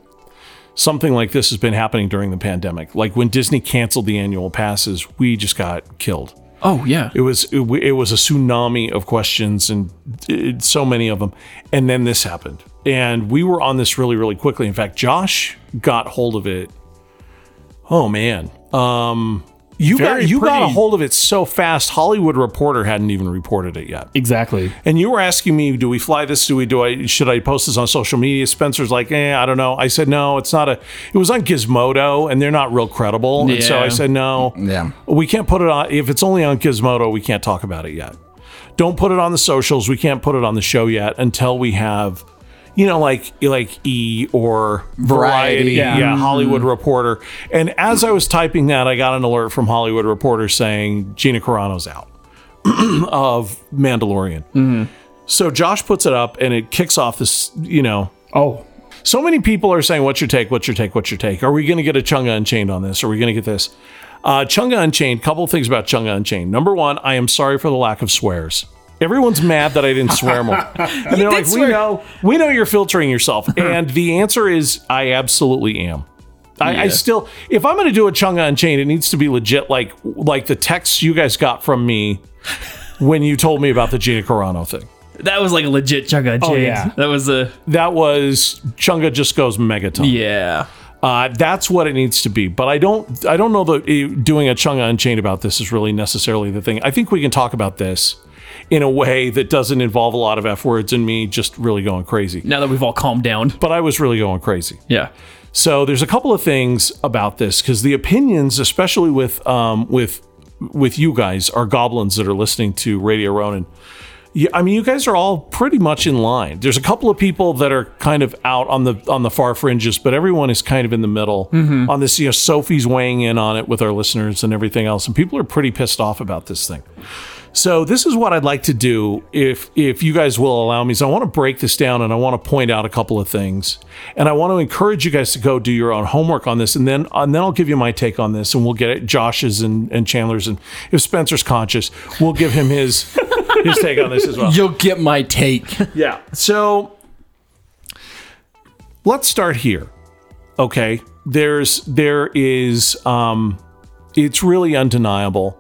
D: something like this has been happening during the pandemic. Like when Disney canceled the annual passes, we just got killed.
C: Oh yeah.
D: It was it, w- it was a tsunami of questions and it, so many of them. And then this happened. And we were on this really really quickly. In fact, Josh got hold of it. Oh man. Um You
E: Very
D: got you got a
E: pretty.
D: hold of it so fast. Hollywood Reporter hadn't even reported it yet.
E: Exactly.
D: And you were asking me, do we fly this? Do we do I should I post this on social media? Spencer's like, eh, I don't know. I said no, it's not a it was on Gizmodo and they're not real credible. And so
C: Yeah.
D: I said no.
B: Yeah.
D: We can't put it on if it's only on Gizmodo, we can't talk about it yet. Don't put it on the socials. We can't put it on the show yet until we have you know, like like E or Variety,
B: Variety.
D: yeah. Hollywood Reporter. And as I was typing that, I got an alert from Hollywood Reporter saying Gina Carano's out of Mandalorian. So Josh puts it up and it kicks off this, you know.
E: Oh,
D: So many people are saying, What's your take? What's your take? What's your take? Are we going to get a Chunga Unchained on this? Are we going to get this? Uh, Chunga Unchained, couple things about Chunga Unchained. Number one, I am sorry for the lack of swears. Everyone's mad that I didn't swear more. And they're like, We know, we know you're filtering yourself. and the answer is, I absolutely am. I, I still, if I'm going to do a Chunga Unchained, it needs to be legit, like like the texts you guys got from me when you told me about the Gina Carano thing.
C: That was like a legit chugga. Oh
E: yeah.
C: that was a
D: That was Chunga just goes megaton.
C: yeah.
D: Uh, that's what it needs to be. But I don't I don't know that uh, doing a Chunga Unchained about this is really necessarily the thing. I think we can talk about this in a way that doesn't involve a lot of f words and me just really going crazy.
C: Now that we've all calmed down,
D: But I was really going crazy.
C: yeah.
D: So there's a couple of things about this because the opinions, especially with um, with with you guys, are goblins that are listening to Radio Ronin. Yeah, I mean, you guys are all pretty much in line. There's a couple of people that are kind of out on the on the far fringes, but everyone is kind of in the middle on this. You know, Sophie's weighing in on it with our listeners and everything else, and people are pretty pissed off about this thing. So this is what I'd like to do if if you guys will allow me. Is I want to break this down and I want to point out a couple of things, and I want to encourage you guys to go do your own homework on this, and then and then I'll give you my take on this, and we'll get it Josh's and, and Chandler's, and if Spencer's conscious, we'll give him his his take on this as well.
B: You'll get my take.
D: Yeah. So let's start here. Okay. There's there is um it's really undeniable.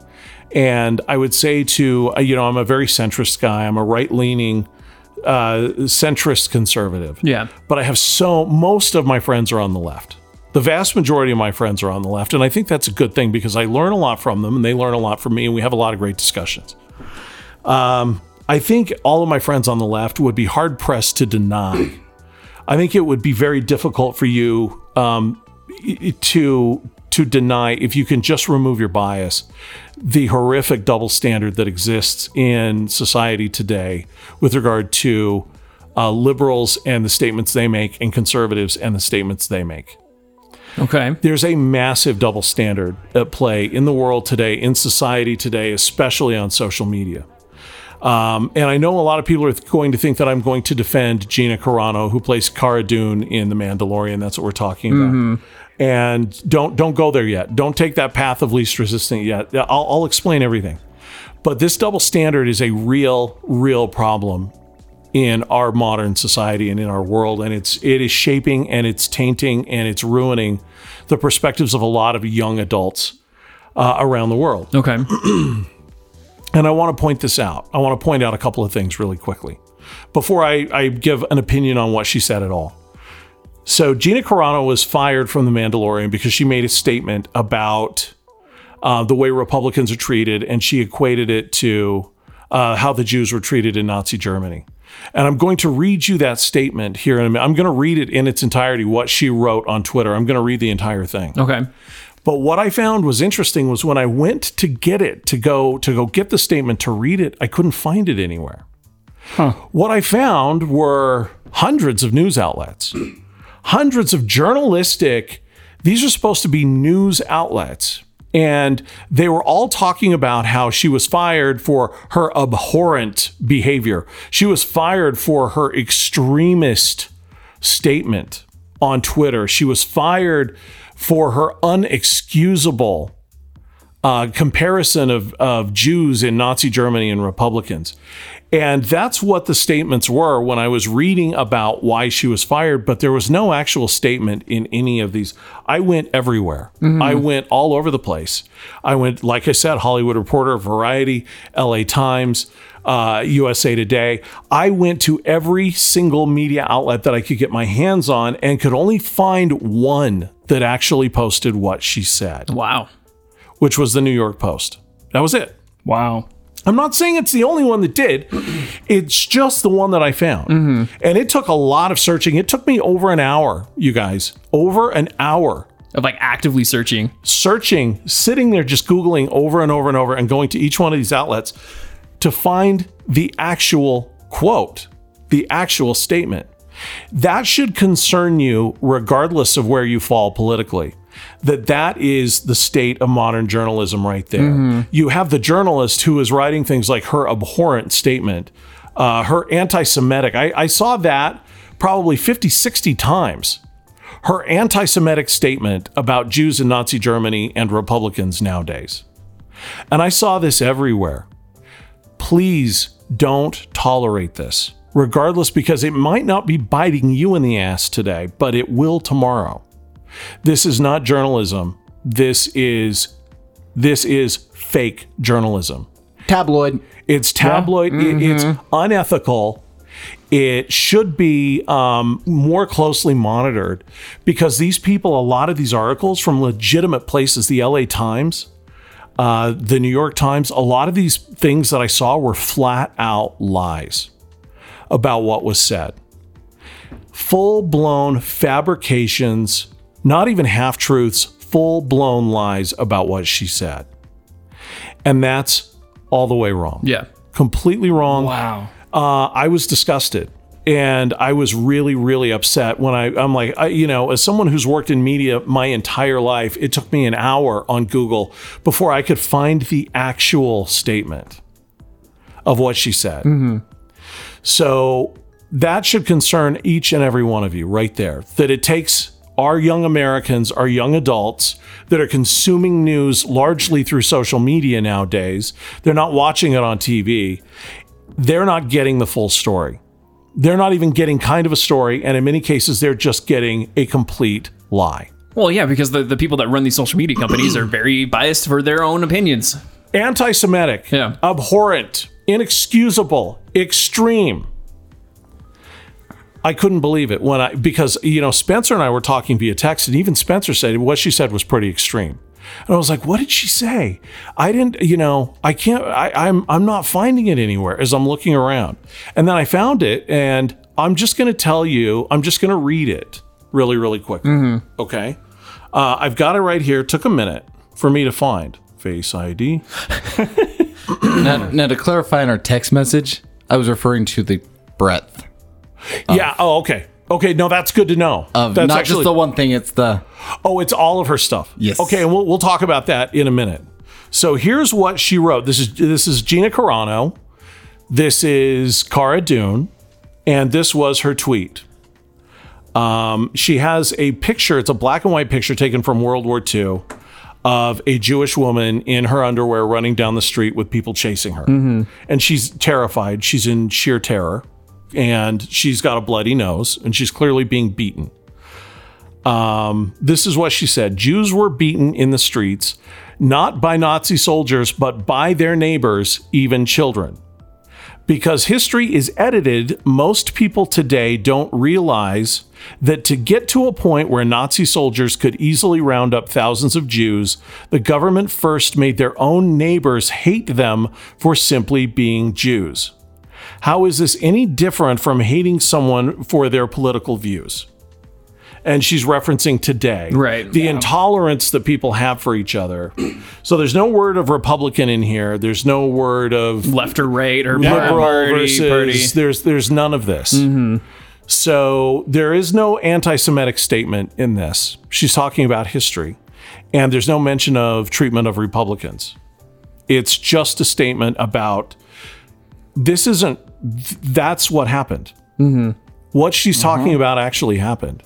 D: And I would say to uh, you know, I'm a very centrist guy. I'm a right-leaning uh centrist conservative.
C: Yeah.
D: But I have so most of my friends are on the left. The vast majority of my friends are on the left, and I think that's a good thing because I learn a lot from them and they learn a lot from me and we have a lot of great discussions. Um, I think all of my friends on the left would be hard pressed to deny. I think it would be very difficult for you um, i- i- to to deny if you can just remove your bias the horrific double standard that exists in society today with regard to uh, liberals and the statements they make and conservatives and the statements they make
C: Okay.
D: there's a massive double standard at play in the world today, in society today, especially on social media. Um, and I know a lot of people are going to think that I'm going to defend Gina Carano, who plays Cara Dune in The Mandalorian. That's what we're talking about. And don't don't go there yet. Don't take that path of least resistance yet. I'll, I'll explain everything. But this double standard is a real, real problem in our modern society and in our world and it's it is shaping and it's tainting and it's ruining the perspectives of a lot of young adults uh, around the world
C: Okay.
D: and I want to point this out. I want to point out a couple of things really quickly before I, I give an opinion on what she said at all. So, Gina Carano was fired from The Mandalorian because she made a statement about uh, the way Republicans are treated, and she equated it to uh, how the Jews were treated in Nazi Germany. And I'm going to read you that statement here in a minute. I'm going to read it in its entirety, what she wrote on Twitter. I'm going to read the entire thing.
C: Okay.
D: But what I found was interesting was when I went to get it to go to go get the statement to read it, I couldn't find it anywhere. What I found were hundreds of news outlets, hundreds of journalistic. These are supposed to be news outlets. And they were all talking about how she was fired for her abhorrent behavior. She was fired for her extremist statement on Twitter. She was fired for her unexcusable uh, comparison of, of Jews in Nazi Germany and Republicans. And that's what the statements were when I was reading about why she was fired, but there was no actual statement in any of these. I went everywhere. I went all over the place. I went, like I said, Hollywood Reporter, Variety, LA Times, uh, USA Today. I went to every single media outlet that I could get my hands on and could only find one that actually posted what she said
C: Wow.
D: which was the New York Post. That was it.
E: Wow.
D: I'm not saying it's the only one that did. It's just the one that I found. And it took a lot of searching. It took me over an hour, you guys, over an hour
C: of like actively searching.
D: searching, sitting there just Googling over and over and over and going to each one of these outlets to find the actual quote, the actual statement. That should concern you regardless of where you fall politically. That that is the state of modern journalism right there. You have the journalist who is writing things like her abhorrent statement, uh, her anti-Semitic. I, I saw that probably 50, 60 times her anti Semitic statement about Jews in Nazi Germany and Republicans nowadays. And I saw this everywhere. Please don't tolerate this, regardless, because it might not be biting you in the ass today, but it will tomorrow. This is not journalism. This is this is fake journalism.
B: Tabloid.
D: It's tabloid. i- it's unethical. It should be um, more closely monitored because these people, a lot of these articles from legitimate places, the LA Times, uh, the New York Times, a lot of these things that I saw were flat out lies about what was said. Full blown fabrications, not even half truths, full blown lies about what she said. And that's all the way wrong
C: Yeah.
D: completely wrong.
E: Wow.
D: Uh, I was disgusted. And I was really, really upset when I, I'm like, I, you know, as someone who's worked in media my entire life, it took me an hour on Google before I could find the actual statement of what she said. So that should concern each and every one of you right there that it takes our young Americans, our young adults that are consuming news largely through social media nowadays, they're not watching it on TV, they're not getting the full story. They're not even getting kind of a story. And in many cases, they're just getting a complete lie.
C: Well, yeah, because the, the people that run these social media companies are very biased for their own opinions.
D: Anti Semitic,
C: Yeah.
D: abhorrent, inexcusable, extreme. I couldn't believe it when I, because, you know, Spencer and I were talking via text, and even Spencer said what she said was pretty extreme. And I was like, what did she say? I didn't, you know, I can't, I, I'm, I'm not finding it anywhere as I'm looking around. And then I found it, and I'm just going to tell you, I'm just going to read it really, really quickly. Okay. Uh, I've got it right here. Took a minute for me to find face ID.
B: Now, now, to clarify in our text message, I was referring to the breadth
D: Yeah. Oh, okay. Okay. No, that's good to know.
B: of
D: that's
B: not just the one thing, it's the.
D: Oh, it's all of her stuff.
B: Yes.
D: Okay, and we'll we'll talk about that in a minute. So here's what she wrote. This is this is Gina Carano. This is Cara Dune, and this was her tweet. Um, she has a picture. It's a black and white picture taken from World War II of a Jewish woman in her underwear running down the street with people chasing her, and she's terrified. She's in sheer terror, and she's got a bloody nose, and she's clearly being beaten. Um, This is what she said Jews were beaten in the streets, not by Nazi soldiers, but by their neighbors, even children. Because history is edited, most people today don't realize that to get to a point where Nazi soldiers could easily round up thousands of Jews, the government first made their own neighbors hate them for simply being Jews. How is this any different from hating someone for their political views? And she's referencing today.
C: Right.
D: The intolerance that people have for each other. So there's no word of Republican in here. There's no word of
C: Left or right or
D: liberal
C: party,
D: versus
C: party. Mm-hmm.
D: there's there's none of this. So there is no anti-Semitic statement in this. She's talking about history, and there's no mention of treatment of Republicans. It's just a statement about this isn't. th- That's what happened.
C: Mm-hmm.
D: What she's talking about actually happened.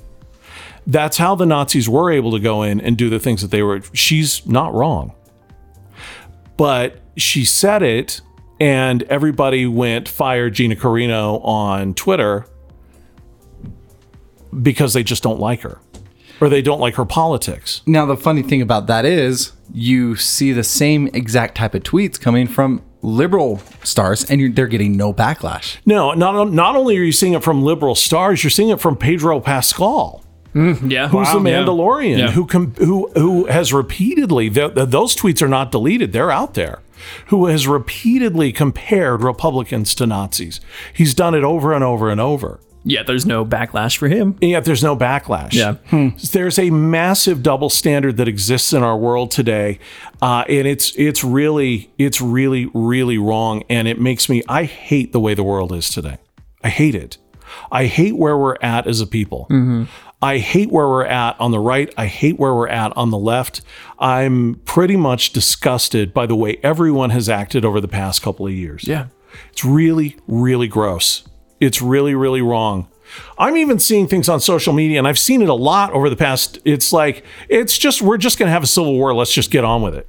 D: That's how the Nazis were able to go in and do the things that they were. She's not wrong but she said it and everybody went fire Gina Carino on Twitter because they just don't like her or they don't like her politics.
B: Now, the funny thing about that is you see the same exact type of tweets coming from liberal stars and you're, they're getting no backlash.
D: No, not not only are you seeing it from liberal stars, you're seeing it from Pedro Pascal.
C: Yeah.
D: who's the Mandalorian
C: Yeah.
D: who com- who who has repeatedly th- th- those tweets are not deleted; they're out there. Who has repeatedly compared Republicans to Nazis? He's done it over and over and over.
C: Yeah, there's no backlash for him.
D: And yet there's no backlash.
C: Yeah. Hmm.
D: There's a massive double standard that exists in our world today. Uh, and it's it's really, it's really, really wrong. And it makes me I hate the way the world is today. I hate it. I hate where we're at as a people.
C: Mm-hmm.
D: I hate where we're at on the right. I hate where we're at on the left. I'm pretty much disgusted by the way everyone has acted over the past couple of years.
C: Yeah.
D: It's really, really gross. It's really, really wrong. I'm even seeing things on social media, and I've seen it a lot over the past. It's like, it's just, we're just going to have a civil war. Let's just get on with it.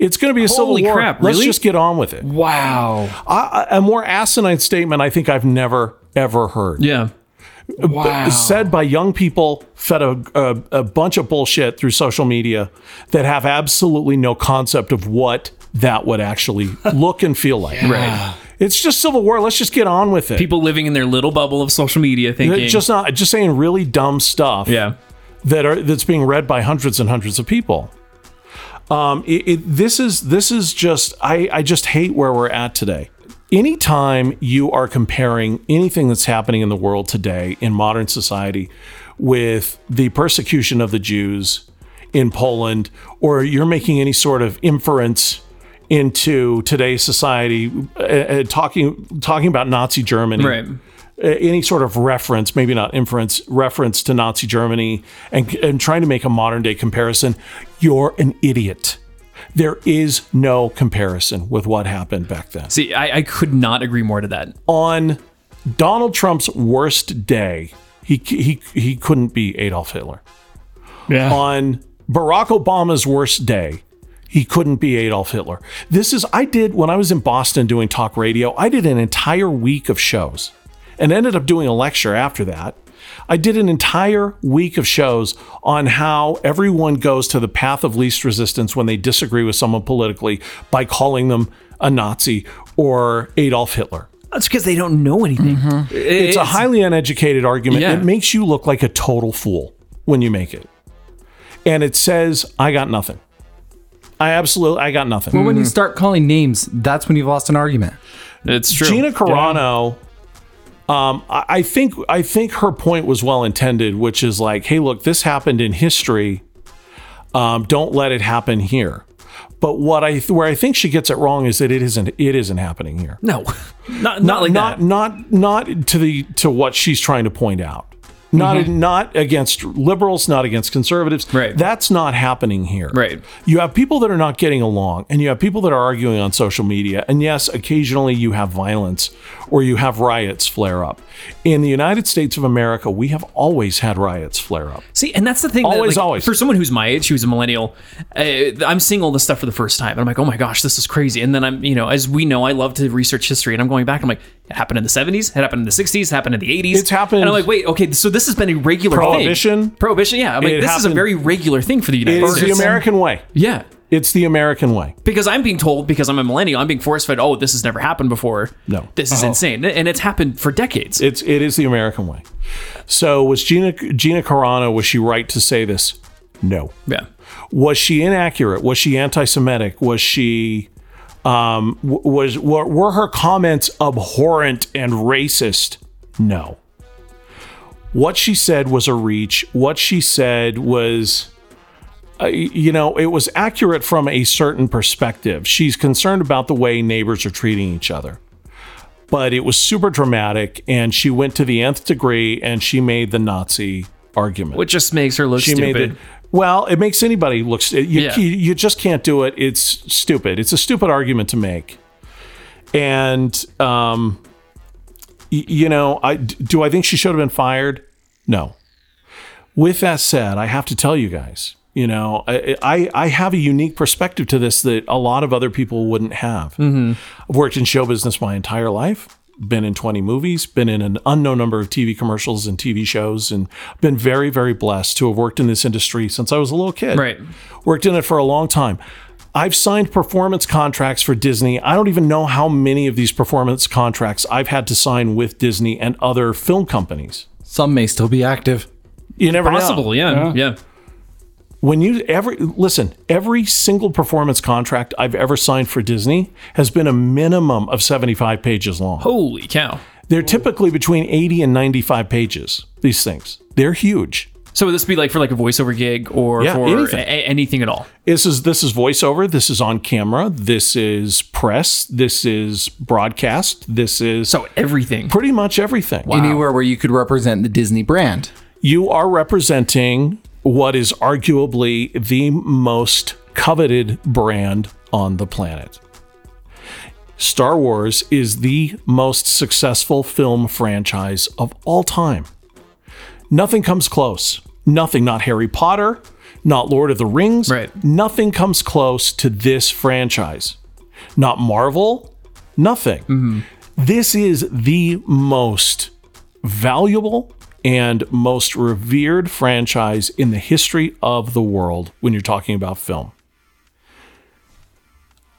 D: It's going to be a
C: Holy
D: civil war.
C: crap,
D: Let's
C: really?
D: just get on with it.
E: Wow.
D: I- I- A more asinine statement I think I've never, ever heard
C: Yeah.
E: Wow.
D: said by young people fed a, a, a bunch of bullshit through social media that have absolutely no concept of what that would actually look and feel like.
C: Right.
D: It's just civil war. Let's just get on with it.
C: People living in their little bubble of social media thinking.
D: It's just not just saying really dumb stuff
C: yeah.
D: that are that's being read by hundreds and hundreds of people. Um, it, it, this is this is just I I just hate where we're at today. Anytime you are comparing anything that's happening in the world today in modern society with the persecution of the Jews in Poland, or you're making any sort of inference into today's society, uh, uh, talking talking about Nazi Germany,
C: Right.
D: uh, any sort of reference, maybe not inference, reference to Nazi Germany and, and trying to make a modern day comparison, you're an idiot. There is no comparison with what happened back then.
C: See, I, I could not agree more to that.
D: On Donald Trump's worst day, he, he, he couldn't be Adolf Hitler.
E: yeah.
D: On Barack Obama's worst day, he couldn't be Adolf Hitler. This is, I did when I was in Boston doing talk radio, I did an entire week of shows and ended up doing a lecture after that. I did an entire week of shows on how everyone goes to the path of least resistance when they disagree with someone politically by calling them a Nazi or Adolf Hitler. Mm-hmm.
C: That's because they don't know anything.
D: It's, a highly uneducated argument.
C: Yeah.
D: It makes you look like a total fool when you make it. And it says, I got nothing. I absolutely, I got nothing.
B: When you start calling names, that's when you've lost an argument.
C: It's true.
D: Gina Carano, um, I, I think, I think her point was well intended, which is like, hey, look, this happened in history. Um, don't let it happen here. But what I, where I think she gets it wrong is that it isn't, it isn't happening here.
C: no, not not like
D: not,
C: that.
D: Not not to the to what she's trying to point out. Not not against liberals, not against conservatives.
C: Mm-hmm. Right.
D: That's not happening here.
C: Right.
D: You have people that are not getting along, and you have people that are arguing on social media. And yes, occasionally you have violence or you have riots flare up. In the United States of America, we have always had riots flare up.
C: See, and that's the thing.
D: Always,
C: that, like,
D: always.
C: For someone who's my age, who's a millennial, uh, I'm seeing all this stuff for the first time, and I'm like, oh my gosh, this is crazy. And then I'm, you know, as we know, I love to research history, and I'm going back. I'm like, it happened in the 70s, it happened in the 60s, it happened in the 80s.
D: It's happened-
C: And I'm like, wait, okay, so this has been a regular
D: Prohibition.
C: thing. Prohibition. Yeah. I'm like,
D: It
C: this is a
D: happened-
C: very regular thing for the
D: It
C: United
D: is the
C: States.
D: American way.
C: yeah.
D: It's the American way.
C: Because I'm being told, because I'm a millennial, I'm being force fed, oh, this has never happened before.
D: No.
C: This is insane. And it's happened for decades.
D: It's it is the American way. So was Gina Gina Carano was she right to say this? No.
C: yeah.
D: was she inaccurate? Was she anti-Semitic? Was she um, w- was were, were her comments abhorrent and racist? No. What she said was a reach. What she said was, uh, y- you know, it was accurate from a certain perspective. She's concerned about the way neighbors are treating each other. But it was super dramatic, and she went to the nth degree, and she made the Nazi argument
C: Which just makes her look
D: she
C: stupid.
D: made it. Well, it makes anybody look. stu- You,
C: Yeah.
D: you you just can't do it. It's stupid. It's a stupid argument to make. And um, y- you know, I d- do. I think she should have been fired. No. With that said, I have to tell you guys. You know, I, I I have a unique perspective to this that a lot of other people wouldn't have.
C: Mm-hmm.
D: I've worked in show business my entire life, been in 20 movies, been in an unknown number of TV commercials and TV shows, and been very, very blessed to have worked in this industry since I was a little kid.
C: Right.
D: Worked in it for a long time. I've signed performance contracts for Disney. I don't even know how many of these performance contracts I've had to sign with Disney and other film companies.
B: Some may still be active.
D: You never know.
C: Possible, yeah, yeah.
D: when you every listen every single performance contract i've ever signed for disney has been a minimum of 75 pages long
C: Holy cow!
D: they're typically between 80 and 95 pages these things they're huge
C: So would this be like for like a voiceover gig or
D: Yeah,
C: for
D: anything.
C: anything. A- anything at all?
D: this is this is voiceover this is on camera this is press this is broadcast this is
C: So everything.
D: pretty much everything
B: Anywhere where you could represent the Disney brand.
D: you are representing what is arguably the most coveted brand on the planet. Star Wars is the most successful film franchise of all time. Nothing comes close. Nothing, not Harry Potter, not Lord of the Rings.
C: Right.
D: Nothing comes close to this franchise. Not Marvel, nothing. This is the most valuable and most revered franchise in the history of the world when you're talking about film.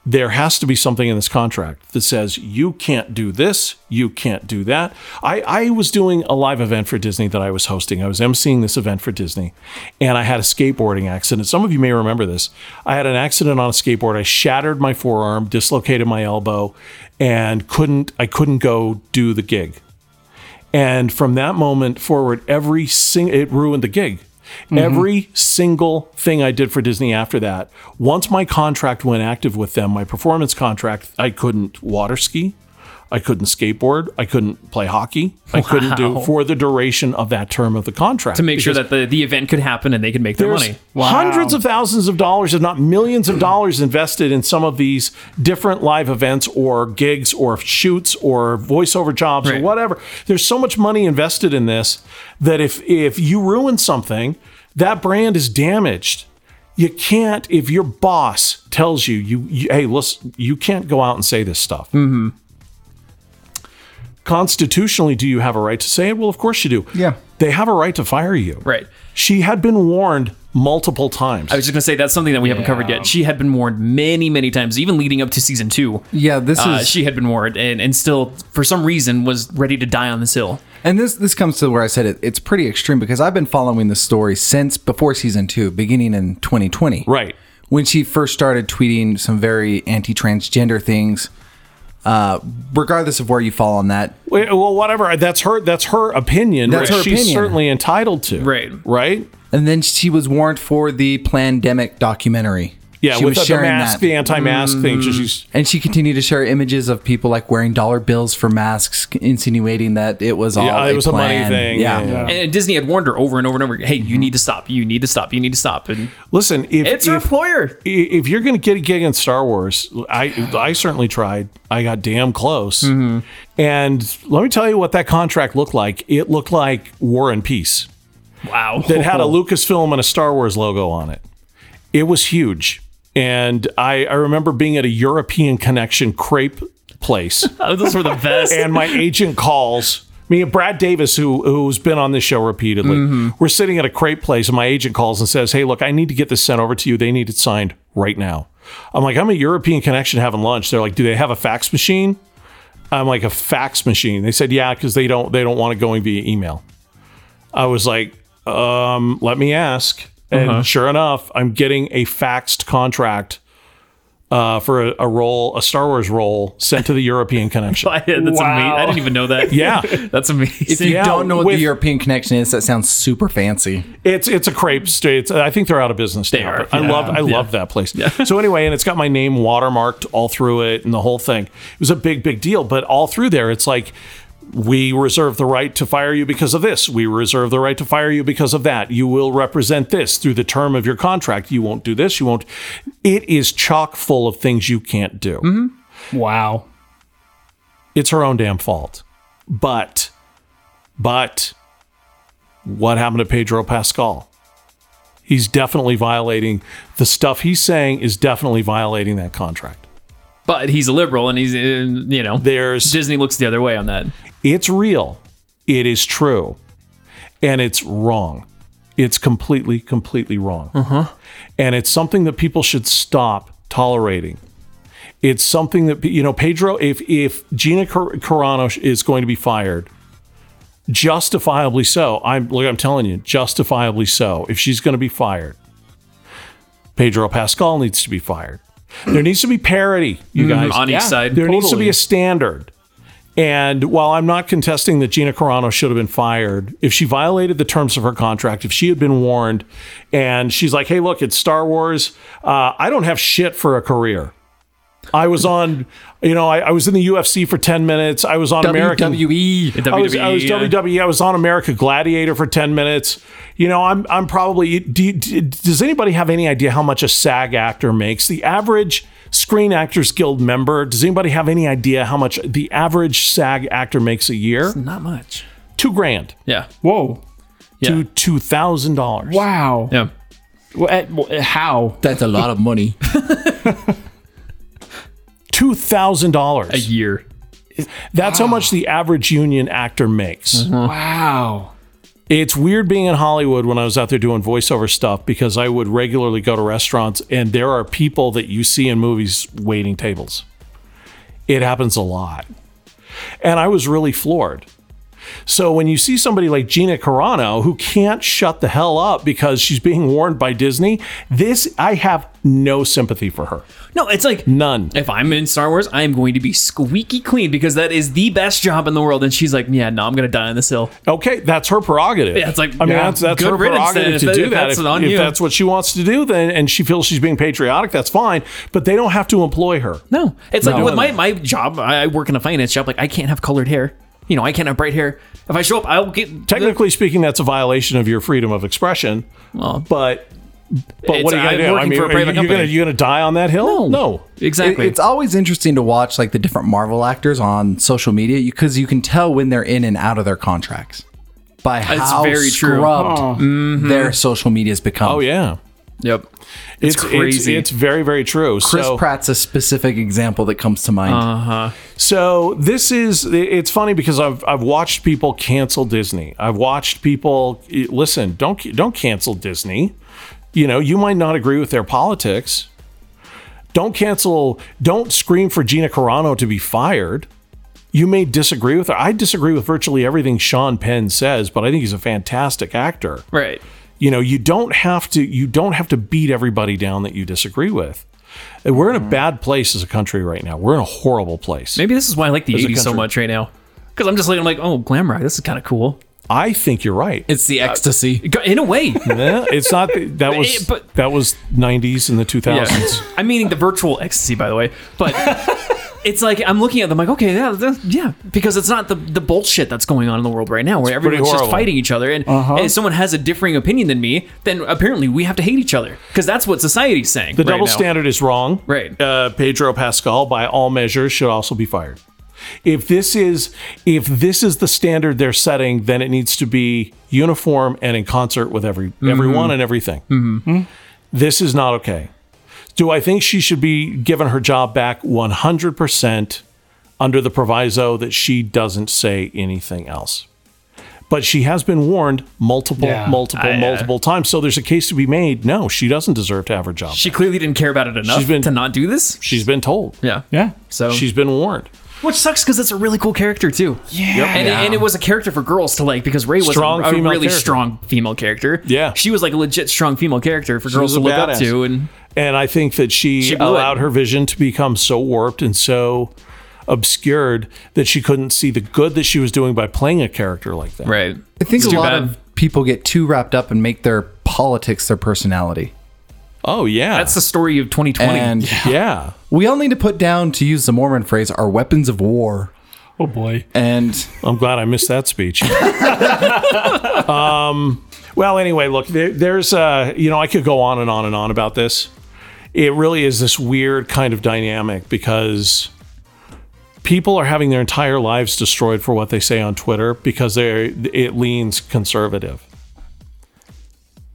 D: There has to be something in this contract that says you can't do this, you can't do that. I, I was doing a live event for Disney that I was hosting. I was emceeing this event for Disney, and I had a skateboarding accident. Some of you may remember this. I had an accident on a skateboard. I shattered my forearm, dislocated my elbow, and couldn't I couldn't go do the gig. And from that moment forward, every sing it ruined the gig.
C: Mm-hmm.
D: Every single thing I did for Disney after that, once my contract went active with them, my performance contract, I couldn't water ski, I couldn't skateboard, I couldn't play hockey, I couldn't do for the duration of that term of the contract.
C: to make sure that the, the event could happen and they could make their
D: There's
C: money.
D: Hundreds of thousands of dollars, if not millions of dollars, invested in some of these different live events or gigs or shoots or voiceover jobs or
C: Right.
D: whatever. There's so much money invested in this that if if you ruin something, that brand is damaged. You can't if your boss tells you you, you hey listen you can't go out and say this stuff.
C: Mm-hmm.
D: Constitutionally, do you have a right to say it? Well, of course you do.
B: Yeah.
D: They have a right to fire you.
C: Right.
D: She had been warned multiple times.
C: I was just gonna say that's something that we haven't covered yet. She had been warned many, many times, even leading up to season two.
B: Yeah, this
C: Uh,
B: is
C: she had been warned, and, and still, for some reason, was ready to die on this hill.
B: And this this comes to where I said it, it's pretty extreme because I've been following the story since before season two, beginning in 2020,
D: right.
B: when she first started tweeting some very anti-transgender things. Uh, regardless of where you fall on that,
D: Wait, Well, whatever. That's her. That's her opinion.
B: That's
D: which
B: her
D: She's
B: opinion.
D: certainly entitled to.
C: Right.
D: Right.
B: and then she was warned for the pandemic documentary.
D: Yeah.
B: she
D: with
B: was
D: the, the
B: sharing
D: mask, the
B: that, Mm.
D: anti-mask thing. she- She's
B: and she continued to share images of people like wearing dollar bills for masks, insinuating that it was all
D: yeah.
B: a
D: It was a
B: plan.
D: money thing.
B: Yeah.
C: And Disney had warned her over and over and over. Hey, you need to stop. You need to stop. You need to stop. And
D: Listen, if
C: it's
D: if,
C: her employer.
D: i- if you're going to get a gig in Star Wars, I I certainly tried. I got damn close.
B: Mm-hmm.
D: And let me tell you what that contract looked like. It looked like War and Peace. Oh,
C: Wow.
D: that had a Lucasfilm and a Star Wars logo on it. It was huge. And I, I remember being at a European Connection crepe place,
C: Those were the best.
D: and my agent calls me and Brad Davis, who, who's been on this show repeatedly. We're sitting at a crepe place, and my agent calls and says, Hey, look, I need to get this sent over to you. They need it signed right now. I'm like, I'm at European Connection having lunch. They're like, Do they have a fax machine? I'm like a fax machine. They said, yeah, because they don't they don't want it going via email. I was like, um, let me ask. And sure enough, I'm getting a faxed contract uh, for a, a role, a Star Wars role, sent to the European connection.
C: That's amazing.
E: Wow.
C: I didn't even know that.
D: Yeah.
C: That's amazing.
B: If you
D: Yeah,
B: don't know what
D: with-
B: the European connection is, that sounds super fancy.
D: It's it's a crepe. st- It's, I think they're out of business now.
C: are,
D: but I
C: yeah.
D: love I love that place. so anyway, and it's got my name watermarked all through it and the whole thing. It was a big big deal. But all through there, it's like we reserve the right to fire you because of this. We reserve the right to fire you because of that. You will represent this through the term of your contract. You won't do this. You won't. It is chock full of things you can't do
E: Wow.
D: it's her own damn fault. But, but, what happened to Pedro Pascal? He's definitely violating the stuff he's saying is definitely violating that contract.
C: But he's a liberal, and he's uh, you know
D: There's
C: Disney looks the other way on that.
D: it's real, it is true, and it's wrong. It's completely, completely wrong. And it's something that people should stop tolerating. It's something that you know, Pedro. If if Gina Car- Carano is going to be fired, justifiably so. I'm look, I'm telling you, justifiably so. If she's going to be fired, Pedro Pascal needs to be fired. There needs to be parity, you guys.
C: Mm, on each Yeah. side.
D: There needs to
C: Totally.
D: be a standard. And while I'm not contesting that Gina Carano should have been fired, if she violated the terms of her contract, if she had been warned, and she's like, "Hey, look, it's Star Wars. Uh, I don't have shit for a career. I was on, you know, I, I was in the UFC for ten minutes. I was on American
B: WWE.
C: WWE,
D: I was, I was
C: E, yeah.
D: WWE. I was on America Gladiator for ten minutes. You know, I'm I'm probably. Do you, do- does anybody have any idea how much a SAG actor makes? The average Screen Actors Guild member. Does anybody have any idea how much the average SAG actor makes a year?
C: Not much.
D: Two grand
C: Yeah.
E: Whoa.
C: Yeah.
D: to two thousand dollars.
E: Wow.
C: yeah.
E: Wha- eh, wha- How?
B: That's a lot of money.
D: Two
C: A
D: thousand dollars.
C: year.
D: That's how much the average union actor makes.
E: Wow.
D: It's weird being in Hollywood when I was out there doing voiceover stuff because I would regularly go to restaurants and there are people that you see in movies waiting tables. It happens a lot. And I was really floored. So when you see somebody like Gina Carano who can't shut the hell up because she's being warned by Disney, this I have no sympathy for her.
C: No, it's like
D: None.
C: if I'm in Star Wars, I am going to be squeaky clean because that is the best job in the world. And she's like, yeah, no, I'm going to die on this hill.
D: Okay, that's her prerogative.
C: Yeah, it's like,
D: I mean,
C: yeah,
D: that's that's
C: good
D: her
C: riddance then,
D: prerogative
C: if
D: to
C: that-
D: do
C: if
D: that.
C: that's
D: if,
C: on
D: if
C: you.
D: that's what she wants to do, then and she feels she's being patriotic, that's fine. But they don't have to employ her.
C: No, it's like
D: No.
C: with my, my job, I I work in a finance job. Like I can't have colored hair. You know, I can't have bright hair. If I show up, I'll get
D: Technically speaking, that's a violation of your freedom of expression. but but
C: It's-
D: what are you
C: I'm
D: gonna do? I
C: working
D: mean,
C: for a
D: are
C: private
D: you, you're gonna
C: company.
D: you gonna die on that hill? No,
C: exactly.
B: It- it's always interesting to watch like the different Marvel actors on social media because you can tell when they're in and out of their contracts by how
C: very true.
B: scrubbed their social media's become.
D: Mm-hmm. Oh yeah,
C: yep.
D: it's,
C: crazy.
D: It's, it's very very true.
B: Chris
D: so,
B: Pratt's a specific example that comes to mind.
C: Uh-huh.
D: So this is it's funny because I've I've watched people cancel Disney. I've watched people listen, don't don't cancel Disney. You know, you might not agree with their politics. Don't cancel, don't scream for Gina Carano to be fired. You may disagree with her. I disagree with virtually everything Sean Penn says, but I think he's a fantastic actor
C: Right.
D: you know you don't have to you don't have to beat everybody down that you disagree with And we're in a bad place as a country right now we're in a horrible place
C: Maybe this is why I like the
D: As a
C: 80s so
D: country.
C: much right now. Because I'm just like, I'm like, oh, glam rock, this is kind of cool. Uh,
D: i think you're right it's,
B: It's the ecstasy.
C: In a way.
D: it's not that was
C: It- but-
D: that was 90s and the 2000s
C: I'm meaning the virtual ecstasy, by the way. But it's like I'm looking at them like, okay, yeah, th- yeah, because it's not the the bullshit that's going on in the world right now, where
D: pretty
C: everyone's just
D: horrible. Uh-huh.
C: fighting each other, and if someone has a differing opinion than me, then apparently we have to hate each other because that's what society's saying.
D: the
C: right
D: double
C: now.
D: standard is wrong
C: Right.
D: uh, pedro pascal by all measures should also be fired if this is if this is the standard they're setting then it needs to be uniform and in concert with every everyone and everything this is not okay do i think she should be given her job back 100% under the proviso that she doesn't say anything else but she has been warned multiple
E: Yeah.
D: multiple
C: I, uh,
D: multiple times so there's a case to be made no she doesn't deserve to have her job
C: She clearly didn't care about it enough
D: She's been-
C: to not do this.
D: She's been told.
C: Yeah.
E: Yeah.
C: So
D: She's been warned.
C: which sucks because it's a really cool character too. Yeah. And, and it was a character for girls to like because Ray was
D: Strong
C: a, a
D: female
C: really
D: character.
C: strong female character.
D: Yeah.
C: She was like a legit strong female character for girls
D: was
C: to
D: a
C: look up
D: badass.
C: to and
D: And I think that she,
C: She blew
D: allowed
C: it.
D: her vision to become so warped and so obscured that she couldn't see the good that she was doing by playing a character like that.
C: right.
B: I think
C: It's
B: a
C: too
B: lot
C: bad.
B: of people get too wrapped up and make their politics their personality.
D: Oh yeah.
C: That's the story of 2020.
B: And
D: yeah.
B: we all need to put down, to use the Mormon phrase, our weapons of war.
E: Oh boy.
B: And
D: I'm glad I missed that speech. um well anyway, look, there, there's uh you know, I could go on and on and on about this. It really is this weird kind of dynamic because people are having their entire lives destroyed for what they say on Twitter because they it leans conservative.